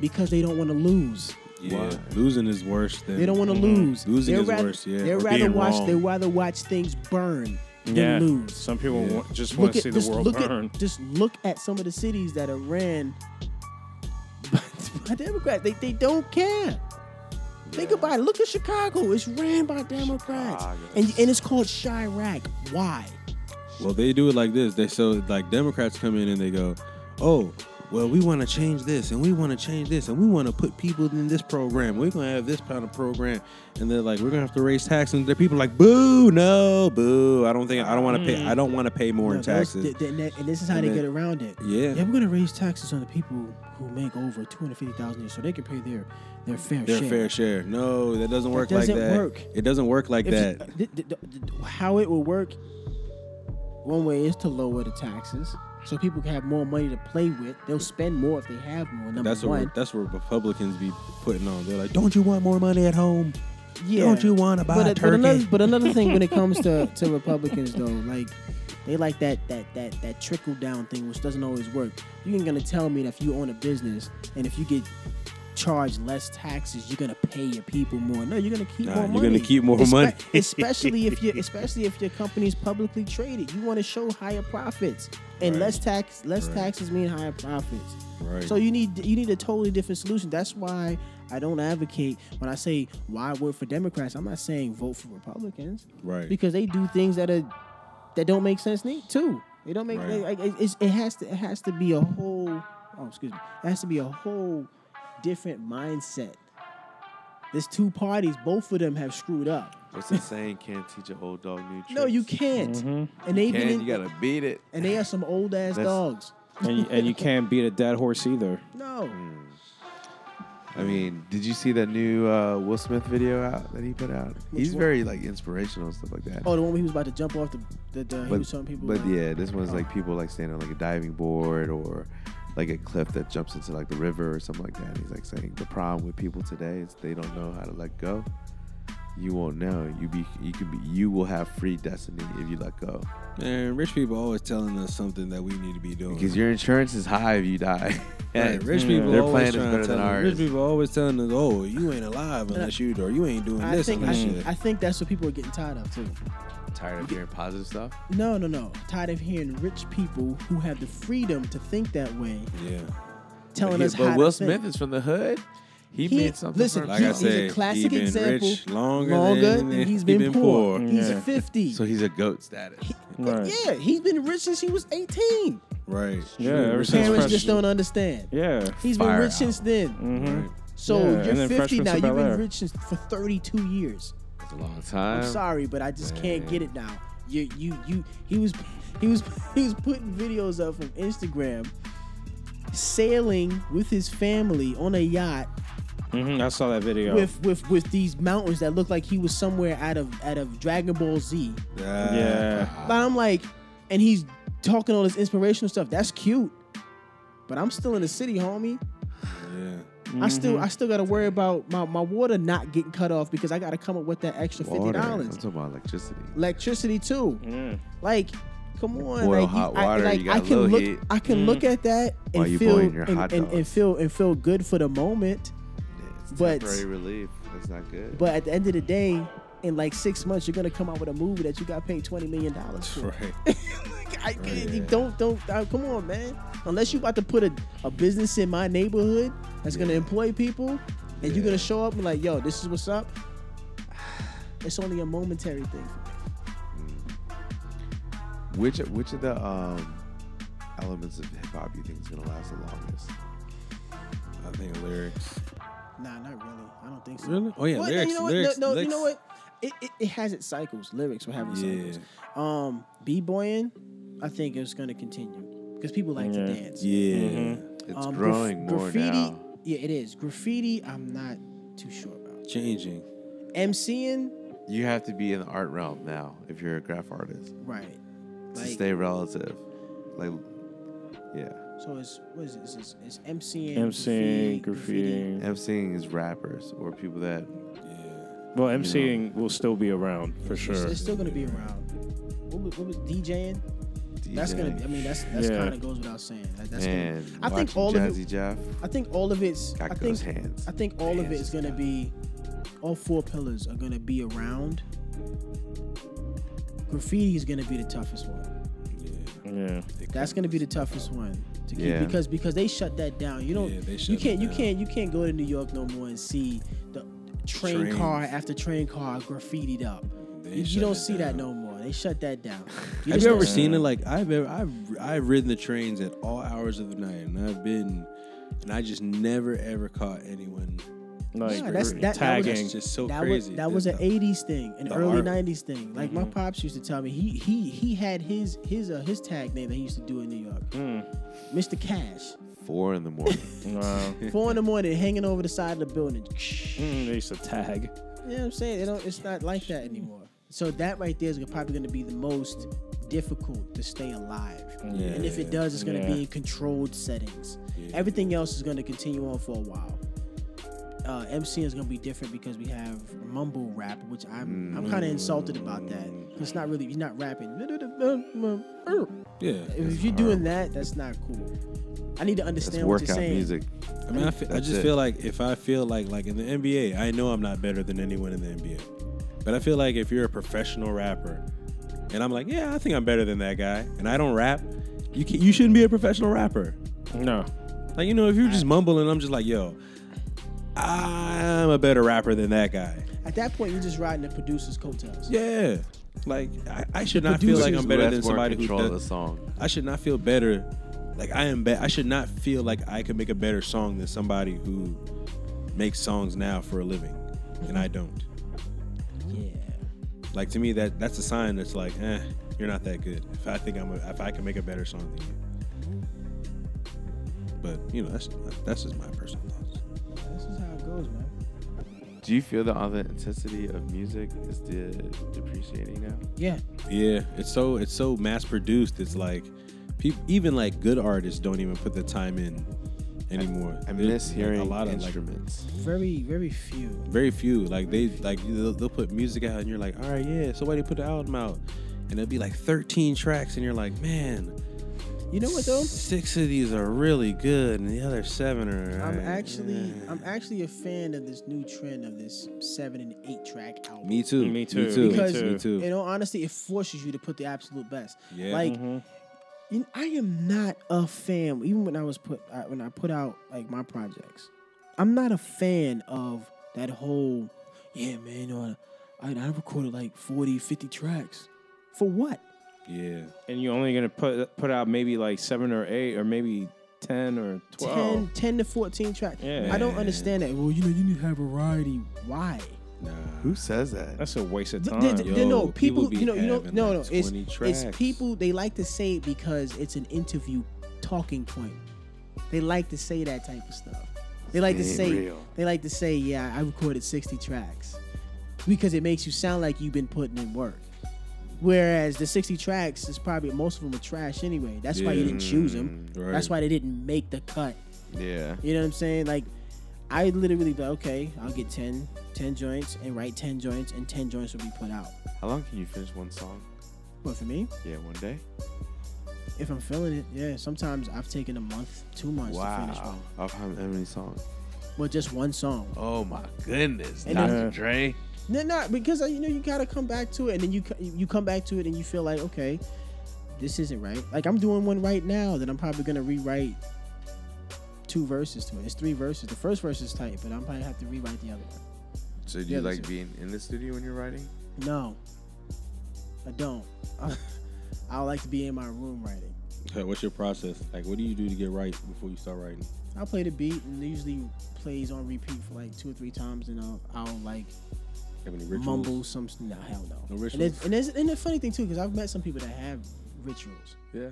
because they don't want to lose.
Yeah,
Why?
losing is worse than
They don't want to lose.
Mm-hmm. Losing
they're
is
rather,
worse, yeah,
They
or
rather
being
watch.
wrong.
They rather watch things burn than
yeah,
lose.
some people
Yeah.
wa- just want to see the
just
world
look
burn.
At, just look at some of the cities that are ran by, by Democrats. They, they don't care. Think about it. Look at Chicago. It's ran by Democrats,
Chicago.
and and it's called Chirac. Why?
Well, they do it like this. They so like Democrats come in and they go, "Oh, well, we want to change this and we want to change this and we want to put people in this program. We're gonna have this kind of program." And they're like, "We're gonna have to raise taxes." And the people are like, "Boo, no, boo! I don't think I don't want to pay. I don't want to pay more
No,
in
Mm. that's-
taxes."
th- th- and, that- and this is how
And
they
then-
get around it.
Yeah.
yeah, we're gonna raise taxes on the people who make over two hundred fifty thousand a year, so they can pay their their fair
Their
share.
fair share. No, that doesn't work
doesn't
like that.
work.
It doesn't work like
If you-
that.
uh, th- th- th- th- how it will work, one way is to lower the taxes so people can have more money to play with. They'll spend more if they have more. Number
That's
one.
what that's what Republicans be putting on. They're like, "Don't you want more money at home? Don't you want to buy
but,
a
uh,
turkey?"
But another, but another thing when it comes to, to Republicans though, like they like that that that that trickle down thing, which doesn't always work. You ain't gonna tell me that if you own a business and if you get charged less taxes, you're gonna pay your people more. No, you're gonna keep
Nah,
more
you're
money.
gonna keep more
Espe-
money.
especially if you especially if your company's publicly traded. You want to show higher profits, and
Right.
less tax less
Right.
taxes mean higher profits.
Right.
So you need you need a totally different solution. That's why I don't advocate when I say why vote for Democrats. I'm not saying vote for Republicans
right.
because they do things that are that don't make sense ne- too. They don't make
Right.
like, it, it's, it has to it has to be a whole oh excuse me it has to be a whole different mindset. There's two parties, both of them have screwed up.
What's the saying? Can't teach an old dog new tricks.
No, you can't. And they've been
Can
in,
Mm-hmm. you gotta beat it.
and they are some old ass
That's-
dogs.
and, you, and you can't beat a dead horse either.
No,
Mm. I mean, did you see that new uh, Will Smith video out that he put out? He's
one?
very like inspirational and stuff like that.
oh the one where he was about to jump off the the, the he
but,
was telling people.
but
about-
yeah, this one's like people like standing on like a diving board or like a cliff that jumps into like the river or something like that. And he's like saying the problem with people today is they don't know how to let go. You won't know. You be you could be you will have free destiny if you let go
Man, rich people always telling us something that we need to be doing.
because your insurance is high if you die.
Right, rich
Yeah.
people
Hmm. Their plan
always
is
trying
better
to
than
tell us-
ours.
Rich people always telling us, "Oh, you ain't alive unless you or you ain't doing
I
this
think I,
unless you."
I think that's what people are getting tired of too.
tired of hearing positive stuff.
No, no, no. Tired of hearing rich people who have the freedom to think that way
Yeah.
telling
He-
us how
but Will
to think.
Smith is from the hood. He,
He-
made something.
listen,
from
Like I
nothing.
he's a classic
he been
example.
Rich longer,
longer
than,
than he's
he
been, poor. He's
Yeah.
50.
so he's a goat status.
Right.
Yeah, he's been rich since he was 18.
Right.
Yeah, ever since
Parents
Fresh-
just don't understand.
Yeah. Mm.
He's
Fire
been rich
out.
since then.
Right.
So
Yeah, and
you're
then
50
Fresh
now.
Prince
You've been
of Bel-Air.
rich since, for 32 years.
It's a long time.
I'm sorry, but I just can't
man.
get it now. You, you, you. He was, he was, he was putting videos up from Instagram, sailing with his family on a yacht
hmm I saw that video.
with with with these mountains that looked like he was somewhere out of out of Dragon Ball Z.
yeah.
But I'm like, and he's talking all this inspirational stuff. That's cute. But I'm still in the city, homie.
Yeah.
I still I still gotta worry about my, my water not getting cut off because I gotta come up with that extra fifty
Water. I'm
dollars.
talking about electricity.
Electricity too.
Mm.
Like, come on.
boil
like, you-
hot
I,
water,
like,
you got
I
a
can
little
look
heat. Mm.
I can look at that and
While you
feel
boiling your
and,
hot
and, and
dogs.
feel and feel good for the moment.
It's
But-
temporary relief. That's not good.
But at the end of the day, in like six months, you're gonna come out with a movie that you got paid twenty million dollars for.
Right.
Like, I
Oh,
can't, you don't, don't, uh, come on, man. Unless you about to put a, a business in my neighborhood that's gonna employ people, and you're gonna show up and like, yo, this is what's up. It's only a momentary thing.
which which of the um, elements of hip hop you think is gonna last the longest?
I think lyrics.
Nah, not really. I don't think so.
Really? Oh yeah,
Well, no,
lyrics.
you know what?
lyrics.
no, no,
lyrics.
you know what? It, it, it has its cycles. Lyrics will have its
Yeah.
cycles. Um, b boying, I think it's gonna continue because people like
Yeah.
to dance.
Yeah.
It's
Um, graf-
growing more now.
Yeah, it is. Graffiti, I'm not too sure about.
Changing.
MCing,
You have to be in the art realm now if you're a graph artist
right.
to
Like,
stay relative. Like, yeah,
so it's what is it? It's, it's, it's MCing,
MCing,
graffiti.
graffitiing.
emceeing is rappers or people that
Yeah.
Well, MCing will still be around for
It's,
sure.
it's still gonna be around. What was, what was DJing? That's
DJ.
gonna. Be, I mean, that's that's
Yeah.
kind of goes without saying. That, that's gonna,
and
I think
watching
all of
Jazzy
it-
Jeff
I think all of it's. I
got
think
those hands.
I think all of it
Hands
is gonna be. All four pillars are gonna be around. Graffiti is gonna be the toughest one.
yeah.
That's gonna be the toughest one to keep
Yeah.
because because they shut that down. You don't.
Yeah, they
you
shut
can't.
it
You
down.
can't. You can't go to New York no more and see the train
Trains.
car after train car graffitied up.
They
You, you
shut
don't
it
see that
down.
no more. They shut that down.
Have you ever
just-
seen it? Like I've ever, I've, I've ridden the trains at all hours of the night, and I've been, and I just never ever caught anyone.
Like
Yeah, that's- that- that was-
tagging.
It's just so
that
crazy.
was that was an
the-
'80s thing, an
the
early
art. Mm-hmm.
'90s thing. Like my pops used to tell me, he he he had his his uh, his tag name that he used to do in New York,
Mm.
Mr. Cash.
four in the morning.
wow.
Four in the morning, hanging over the side of the building.
Mm, they used to tag.
You know what I'm saying? They don't, it's not like that anymore. So that right there is probably going to be the most difficult to stay alive. and if it does, it's going to
Yeah.
be in controlled settings. Everything else is going to continue on for a while. Uh, MC is going to be different because we have mumble rap, which I'm I'm
Mm.
kind of insulted about that. It's not really he's not rapping.
yeah.
If you're doing that, that's not cool. I need to
That's
understand what you're
workout
saying.
music.
I mean, I, fe- I
That's
just
it.
feel like if I feel like like in the NBA, I know I'm not better than anyone in the NBA, but I feel like if you're a professional rapper, and I'm like, yeah, I think I'm better than that guy, and I don't rap, you can, you shouldn't be a professional rapper.
No.
Like you know, if you're just mumbling, I'm just like, yo, I'm a better rapper than that guy.
At that point, you're just riding the producer's coattails.
Yeah. Like I, I should not feel like
Producers
I'm
who
better
has
than
more
somebody who
control of the
does.
song.
I should not feel better. Like I am. Be- I should not feel like I can make a better song than somebody who makes songs now for a living, and I don't.
yeah.
Like to me, that that's a sign that's like, eh, you're not that good. If I think I'm, a, if I can make a better song than you. But you know, that's that's just my personal thoughts.
This is how it goes, man.
Do you feel the authenticity of music is de- depreciating now?
Yeah.
Yeah, it's so it's so mass produced. It's like, peop even like good artists don't even put the time in anymore.
I
There's,
miss
like,
hearing
a lot of like
instruments.
Very, very few.
very few. Like they like they'll, they'll put music out and you're like, all right, yeah. So why they put the album out? And it'll be like 13 tracks and you're like, man,
You know what though?
Six of these are really good, and the other seven are.
I'm
alright.
actually I'm actually a fan of this new trend of this seven and eight track album.
Me too.
Me too,
Me too.
Because
Me too.
in all honesty, it forces you to put the absolute best.
Yeah.
Like you kn- I am not a fan. Even when I was put I, when I put out like my projects, I'm not a fan of that whole. Yeah, man. You know, I I recorded like 40, 50 tracks. For what?
yeah.
and you're only gonna put put out maybe like seven or eight or maybe ten or
10,
twelve.
10 to 14 tracks.
Yeah.
I don't
Man.
understand that. Well, you know, you need to have variety. Why?
Nah.
Who says that?
That's a waste of
Th-
time.
th- th-
Yo,
no,
people
people,
be
you know, you know,
having,
no,
like,
no, it's
20
it's
tracks.
people. They like to say it because it's an interview talking point. They like to say that type of stuff. They like to
Ain't
say
real.
they like to say, yeah, I recorded sixty tracks because it makes you sound like you've been putting in work. Whereas the sixty tracks is probably most of them are trash anyway. That's why you
Yeah.
didn't choose them.
Mm, Right.
That's why they didn't make the cut.
Yeah.
You know what I'm saying? Like, I literally thought, okay, I'll get 10, 10 joints and write 10 joints, and 10 joints will be put out.
How long can you finish one song?
But for me,
Yeah, one day.
if I'm feeling it, yeah, sometimes I've taken a month, two months to finish
Wow.
one.
Of how how many songs?
Well, just one song.
Oh my goodness,
And
Dr.
then-
Dre.
No, not because uh, you know you gotta come back to it, and then you co- you come back to it, and you feel like okay, this isn't right. Like I'm doing one right now that I'm probably gonna rewrite two verses to it. It's three verses. The first verse is tight, but I'm probably have to rewrite the other one.
So do
Yeah,
you
that's
like
it.
being in the studio when you're writing?
No, I don't. I like to be in my room writing.
Okay, what's your process? Like, what do you do to get right before you start writing?
I'll play the beat and it usually plays on repeat for like two or three times, and I'll, I'll like
Have any rituals?
mumble some. No, hell no.
No
and, it's,
rituals?
and, it's, and the funny thing too, because I've met some people that have rituals.
Yeah.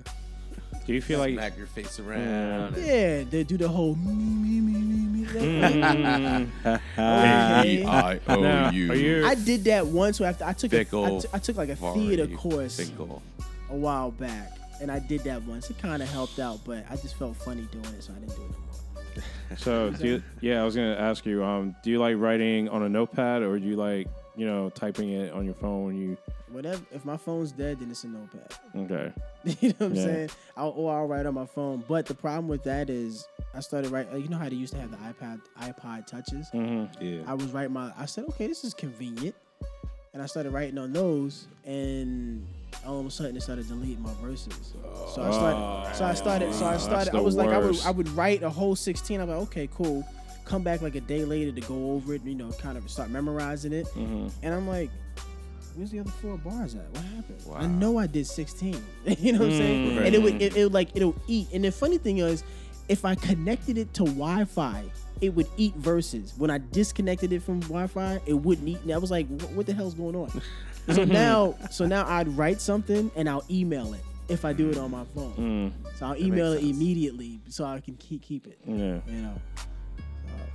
Do you feel like
Smack your face around. and-
Yeah, they do the whole me me me me me. Like,
Mm,
okay.
now, are Oh, you-
I did that once. So after I took a, I,
Fickle
t- I took like a
Varney
theater course
Finkel.
a while back, and I did that once. It kind of helped out, but I just felt funny doing it, so I didn't do it no more.
So, do you, yeah, I was gonna ask you. Um, do you like writing on a notepad, or do you like, you know, typing it on your phone? When you
Whatever. If my phone's dead, then it's a notepad.
okay?
you know what I'm
Yeah.
saying? I'll, or I'll write on my phone. But the problem with that is, I started writing. You know how they used to have the iPad iPod touches.
Mm-hmm.
Yeah.
I was writing my. I said, okay, this is convenient, and I started writing on those, and all of a sudden, it started deleting my verses. So I started. So I started. So I
Oh, that's
started. I
the
was like, I would,
worst.
I would write a whole 16. I'm like, okay, cool. Come back like a day later to go over it. You know, kind of start memorizing it, and I'm like. Where's the other four bars at? What happened? I know I did 16. you know what I'm saying? And it would, it, it would like it'll eat. And the funny thing is, if I connected it to Wi-Fi, it would eat verses. When I disconnected it from Wi-Fi, it wouldn't eat. And I was like, "Wh- what the hell's going on? so now, so now I'd write something and I'll email it if I do it on my phone. So I'll email it
sense.
immediately so I can keep keep it.
Yeah.
You know,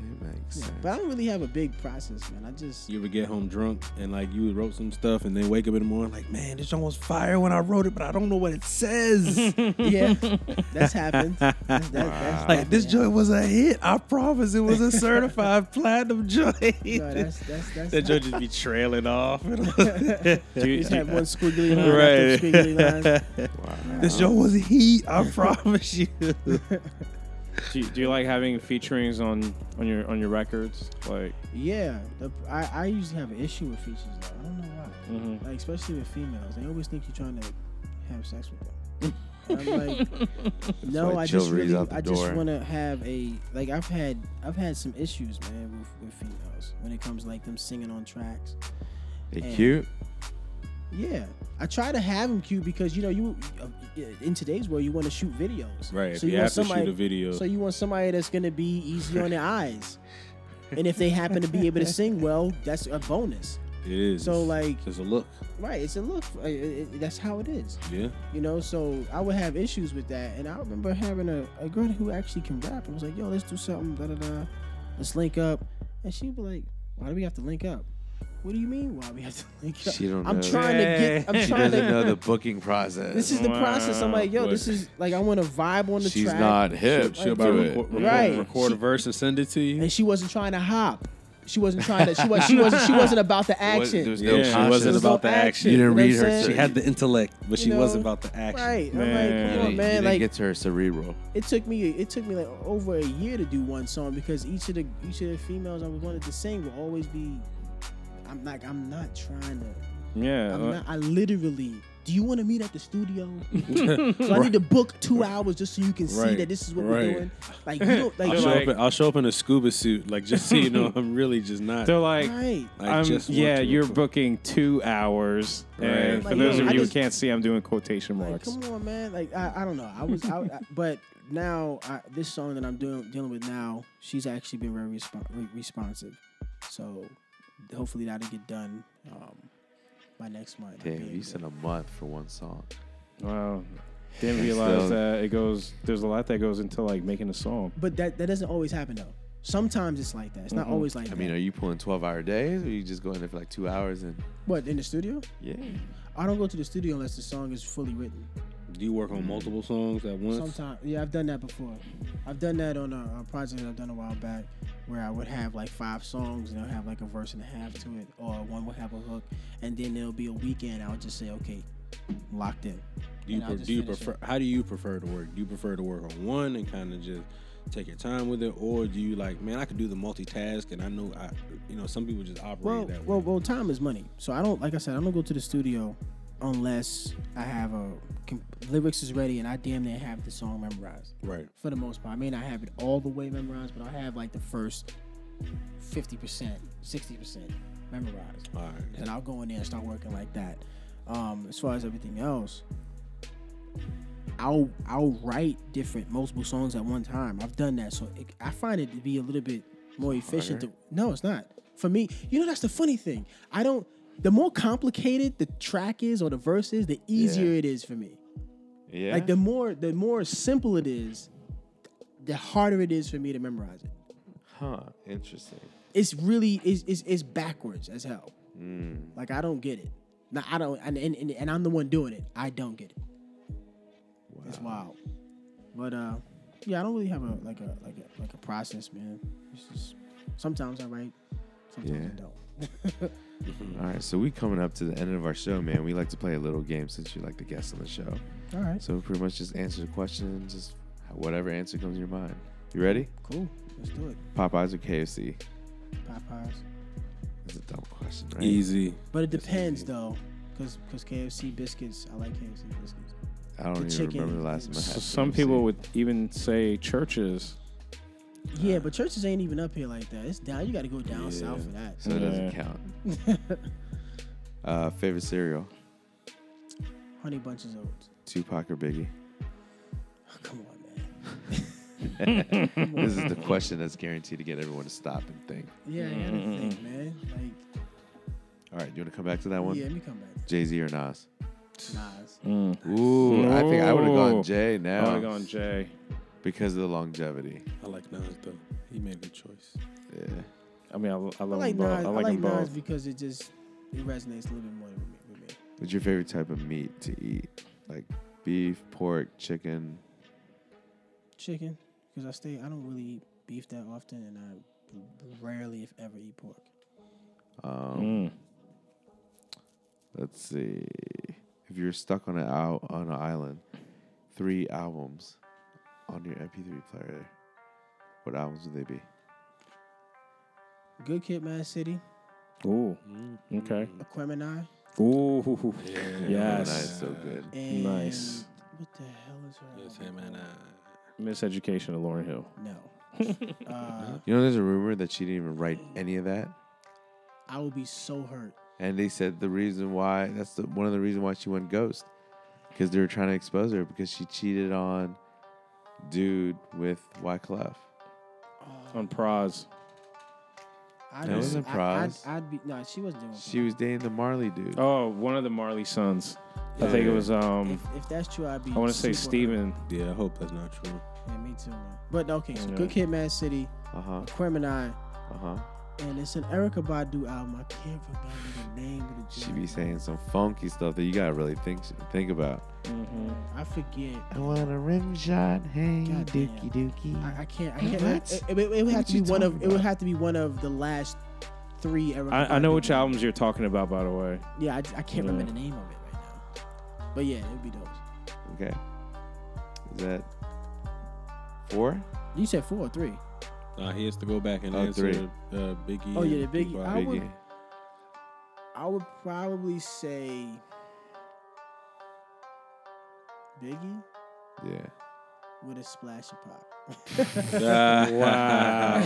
It makes sense.
but I don't really have a big process, man. I just
You ever get home drunk and like you wrote some stuff and then wake up in the morning like, man, this song was fire when I wrote it, but I don't know what it says.
yeah, that's happened. That's, that, that's
like this
definitely
joint was a hit. I promise it was a certified platinum joint.
No, that's that's that's.
that joint just be trailing off.
Do you,
Just
do you-
have one squiggly line after
Right.
squiggly line.
this joint was heat. I promise you.
do you- do you like having featurings on on your on your records? Like,
Yeah, the, I I usually have an issue with features. Though. I don't know why.
Mhm.
Like especially with females, they always think you're trying to have sex with them. And I'm like, no,
why
I
chill
just
reads
really,
out the
I just
door.
want to have a like. I've had I've had some issues, man, with, with females when it comes to, like them singing on tracks.
They
And-
cute.
Yeah, I try to have them cute because you know you uh, in today's world you want to shoot videos,
Right.
So
if you,
want
have to
somebody-
shoot a video.
so you want somebody that's gonna be easy on their eyes, and if they happen to be able to sing well, that's a bonus.
it is.
So like,
there's a look.
right? It's a look. uh, it- it- that's how it is,
Yeah.
you know. So I would have issues with that, and I remember having a, a girl who actually can rap, and was like, "Yo, let's do something, da da da, let's link up," and she'd be like, "Why do we have to link up?" What do you mean? Why we have to link up?
She don't
I'm
know.
trying to get. I'm
She
trying
doesn't
to.
know the booking process.
This is the process. I'm like, yo, this is like I want to vibe on the
She's
track.
not hip
She'll
to
about
it.
record,
Right.
record a verse and send it to you.
and she wasn't trying to hop. she wasn't trying to. She was. She wasn't. She wasn't about the action.
there was
Yeah,
no
she
conscience.
wasn't
There's no
about the action.
You didn't
know
read
what I'm
her,
saying?
so
She had the intellect, but she
You know,
wasn't about the action.
Right. I'm
Man.
like,
You
come on, man.
didn't
Like,
get to her cerebral.
it took me it took me like over a year to do one song because each of the each of the females I wanted to sing will always be I'm like I'm not trying to
Yeah.
I'm
Uh-huh.
uh,
not I literally do you want to meet at the studio? so I need to book two hours just so you can see
Right.
that this is what
Right.
we're doing. Like you don't like,
I'll
They're
you-
show,
like-
up in, I'll show up in a scuba suit, like just so you know, I'm really just not.
They're like,
right.
I
I'm-
just want
yeah,
to
you're
put-
booking two hours. And
Right.
for
Like,
those
yo,
of
I
you
just-
who can't see, I'm doing quotation
Like,
marks.
come on, man. Like I, I don't know. I was out, I- but now I, this song that I'm doing dealing with now, she's actually been very respo- re- responsive. So hopefully that'll get done um, by next month. I'll be
Damn, you
able
said
to-
a month for one song.
Wow. Didn't
And
realize
still-
that it goes. There's a lot that goes into like making a song.
But that that doesn't always happen though. Sometimes it's like that. It's not always like
I mean,
that.
are you pulling 12 hour days or you just going there for like two hours and
what in the studio?
yeah?
I don't go to the studio unless the song is fully written.
Do you work on multiple songs at once?
Sometimes, yeah, I've done that before. I've done that on a, a project that I've done a while back, where I would have like five songs and I'll have like a verse and a half to it, or one would have a hook, and then there'll be a weekend. I'll just say, okay, locked in.
Do you,
And I'll
pre-
just
do you
finish it.
prefer? How do you prefer to work? Do you prefer to work on one and kind of just take your time with it, or do you like, man, I could do the multitask, and I know I, you know, some people just operate
Well,
that way.
well, well, time is money. So I don't, like I said, I don't go to the studio unless I have a com- lyrics is ready and I damn near have the song memorized.
right.
for the most part. I may not have it all the way memorized, but I'll have like the first 50%, 60% memorized.
All right.
And I'll go in there and start working like that. Um, as far as everything else, I'll I'll write different multiple songs at one time. I've done that, so it, I find it to be a little bit more efficient. To, no, it's not for me. You know, that's the funny thing. I don't. The more complicated the track is or the verse is, the easier it is for me.
Yeah.
Like the more the more simple it is, the harder it is for me to memorize it.
huh. Interesting.
It's really is is is backwards as hell. Like I don't get it. No, I don't, and, and and and I'm the one doing it. I don't get it. It's wild. But uh, yeah, I don't really have a like a like a like a process, man. It's just sometimes I write, sometimes
Yeah.
I don't.
Mm-hmm.
All right. So we coming up to the end of our show, man. We like to play a little game since you're like the guest on the show.
All right,
So we pretty much just answer the question, just whatever answer comes to your mind. You ready?
cool. Let's do it.
Popeyes or KFC?
Popeyes.
That's a dumb question, right?
Easy.
But it
That's
depends
easy.
though, cause cause KFC biscuits. I like KFC biscuits.
I don't
The
even
chicken
remember the last time I
is-
had
So some
KFC.
people would even say churches.
Yeah, but churches ain't even up here like that. It's down. You got to go down south for that.
So it doesn't
Yeah.
count. uh, favorite cereal?
Honey bunches of oats.
Tupac or Biggie?
Oh, come on, man.
this is the question that's guaranteed to get everyone to stop and think.
Yeah, I gotta think, man. Like,
All right, you want to come back to that one?
yeah, let me come back.
Jay Z or Nas?
Nas.
Mm.
Ooh, I think I would have
Ooh.
gone Jay
I would
now
Oh.
have gone Jay.
because of the longevity.
I like Nas though. He made a good choice.
Yeah.
I mean, I, lo- I
I
love
like
them both.
Nas.
I like, them
Nas
both.
because it just it resonates a little bit more with me. With me.
What's your favorite type of meat to eat? Like beef, pork, chicken?
Chicken, because I stay. I don't really eat beef that often, and I rarely, if ever, eat pork.
Um,
Mm.
Let's see. If you're stuck on an al- on an island, three albums on your MP3 player, what albums would they be?
Good Kid, Mad City,
Mm. Ooh.
Mm.
Okay.
Aquemini,
Ooh.
That's
Yes.
so good.
and
Nice.
What the hell is her?
Yes, hey
album
man.
called?
Miseducation of Lauren Hill.
No. uh,
You know, there's a rumor that she didn't even write any of that,
I will be so hurt.
and they said the reason why that's the, one of the reasons why she went ghost, because they were trying to expose her because she cheated on dude with Wyclef.
On Pros.
I
That wasn't Proz.
I, would I'd be no. She wasn't doing.
She was dating the Marley dude.
Oh, one of the Marley sons. I think it was
Proz.
um.
If, if that's true, I'd be.
I want to say
super-
Steven.
Yeah, I hope that's not true.
Yeah, me too, man. But okay, so
Yeah.
Good Kid, Mad City,
Uh huh.
Aquemini,
Uh huh.
and it's an Erica Badu album. I can't remember the name of the.
She
joint,
be
man.
saying some funky stuff that you gotta really think think about.
I forget.
I want a rim shot. Hey,
Goddamn.
dookie dookie.
I, I can't. I can't.
What?
It, it- it would
What
have to
you
be one of.
talking
It would
about?
have to be one of the last three. Erica
I, I
Badu
know which
album.
albums you're talking about, by the way.
Yeah, I, I can't
Yeah.
remember the name of it right now. But yeah, it'd be those.
Okay. Is that four?
You said four or three.
Nah, he has to go back and
Oh,
answer
three.
uh, Biggie.
Oh, yeah,
and
the Biggie
Tupac.
album. I would-
Biggie.
I would probably say Biggie
Yeah.
with a splash of pop. Ah,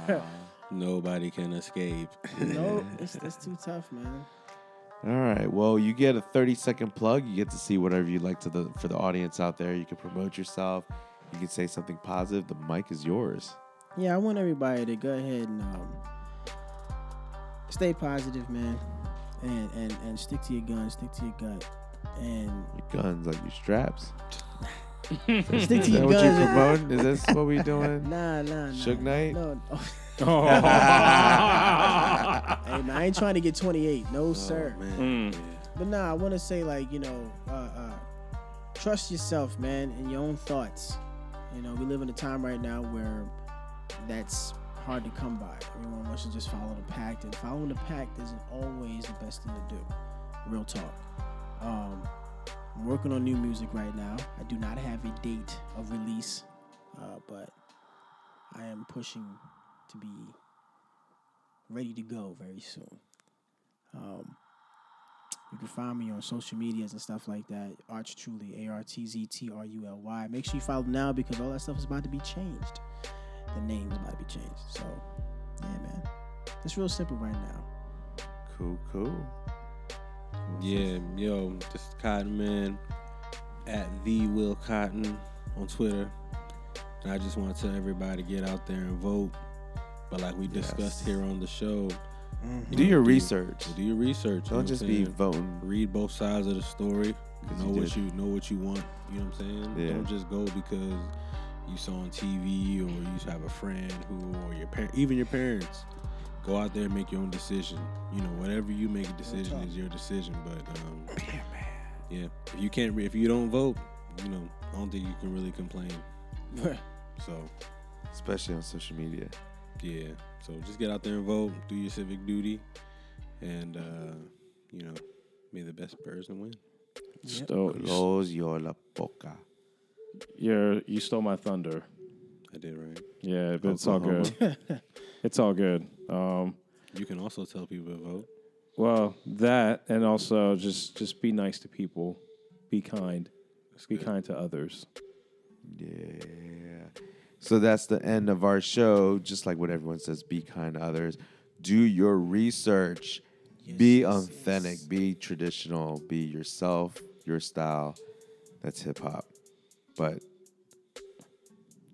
wow. Nobody can escape.
no, it's that's too tough, man.
All right. Well, you get a 30 second plug. You get to see whatever you like to the for the audience out there. You can promote yourself. You can say something positive. The mic is yours.
Yeah, I want everybody to go ahead and um, stay positive, man, and, and and stick to your guns, stick to your gut, and
Your guns like your straps.
stick to
Is that
your
what you
guns. and-
promoting? Is this what we doing?
Nah, nah, nah.
Suge Knight?
No,
Oh.
hey, man, I ain't trying to get 28. No, sir.
Oh, man.
Mm.
But nah, I want to say like you know, uh, uh, trust yourself, man, and your own thoughts. You know, we live in a time right now where that's hard to come by. Everyone wants to just follow the pact, and following the pact isn't always the best thing to do. Real talk. Um, I'm working on new music right now. I do not have a date of release, uh, but I am pushing to be ready to go very soon. Um, you can find me on social medias and stuff like that. Arch Truly, A R T Z T R U L Y. Make sure you follow now because all that stuff is about to be changed. The name is about to be changed. So, yeah, man. It's real simple right now.
Cool, cool.
Yeah, yo, just Cotton Man at the Will Cotton on Twitter. And I just want to tell everybody get out there and vote. But like we discussed
Yes.
here on the show,
Do your research.
do your research. you know
Don't
what
just
I'm
be
saying?
voting.
read both sides of the story.
'Cause
Know
you
what
did.
you know what you want. You know what I'm saying?
Yeah.
Don't just go because you saw on TV or you have a friend who or your parent, even your parents. Go out there and make your own decision. You know, whatever you make a decision
talk.
is your decision. But um, yeah, if you can't, re- if you don't vote, you know, I don't think you can really complain. So
Especially on social media.
yeah, so just get out there and vote. Do your civic duty, and uh, you know, may the best person win.
Stole, you,
Close your la boca.
you're, you stole my thunder.
I did right.
Yeah, but it's all good. it's all good. Um,
You can also tell people to vote.
Well, that and also just just be nice to people, be kind, be kind to others.
Yeah. So that's the end of our show. Just like what everyone says, be kind to others. Do your research. be authentic. Be traditional. Be yourself, your style. That's hip hop. But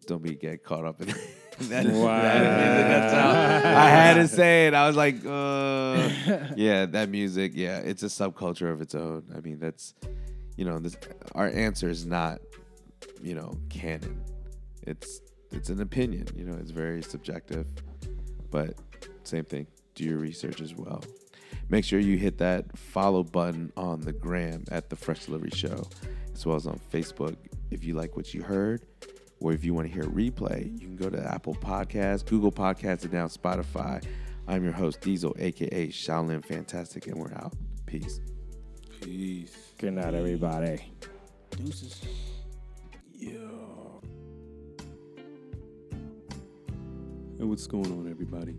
don't be get caught up in that. That's how- I had to say it. I was like, uh, yeah, that music. Yeah, it's a subculture of its own. I mean, that's, you know, this, our answer is not you know canon it's it's an opinion you know it's very subjective but same thing do your research as well make sure you hit that follow button on the gram at the fresh delivery show as well as on facebook if you like what you heard or if you want to hear a replay you can go to apple Podcasts, google Podcasts, and now spotify i'm your host diesel aka shaolin fantastic and we're out peace
Peace.
Good night, everybody.
Deuces.
Hey, what's going on, everybody?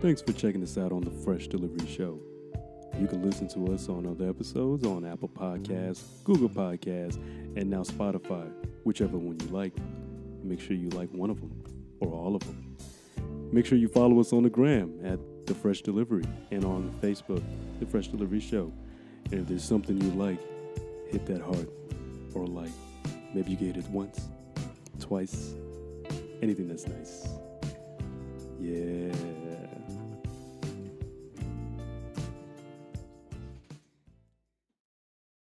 Thanks for checking us out on the Fresh Delivery Show. You can listen to us on other episodes on Apple Podcasts, Google Podcasts, and now Spotify, whichever one you like. Make sure you like one of them or all of them. Make sure you follow us on the gram at The Fresh Delivery and on Facebook, The Fresh Delivery Show. And if there's something you like, hit that heart or like. Maybe you can hit it once, twice, anything that's nice. Yeah.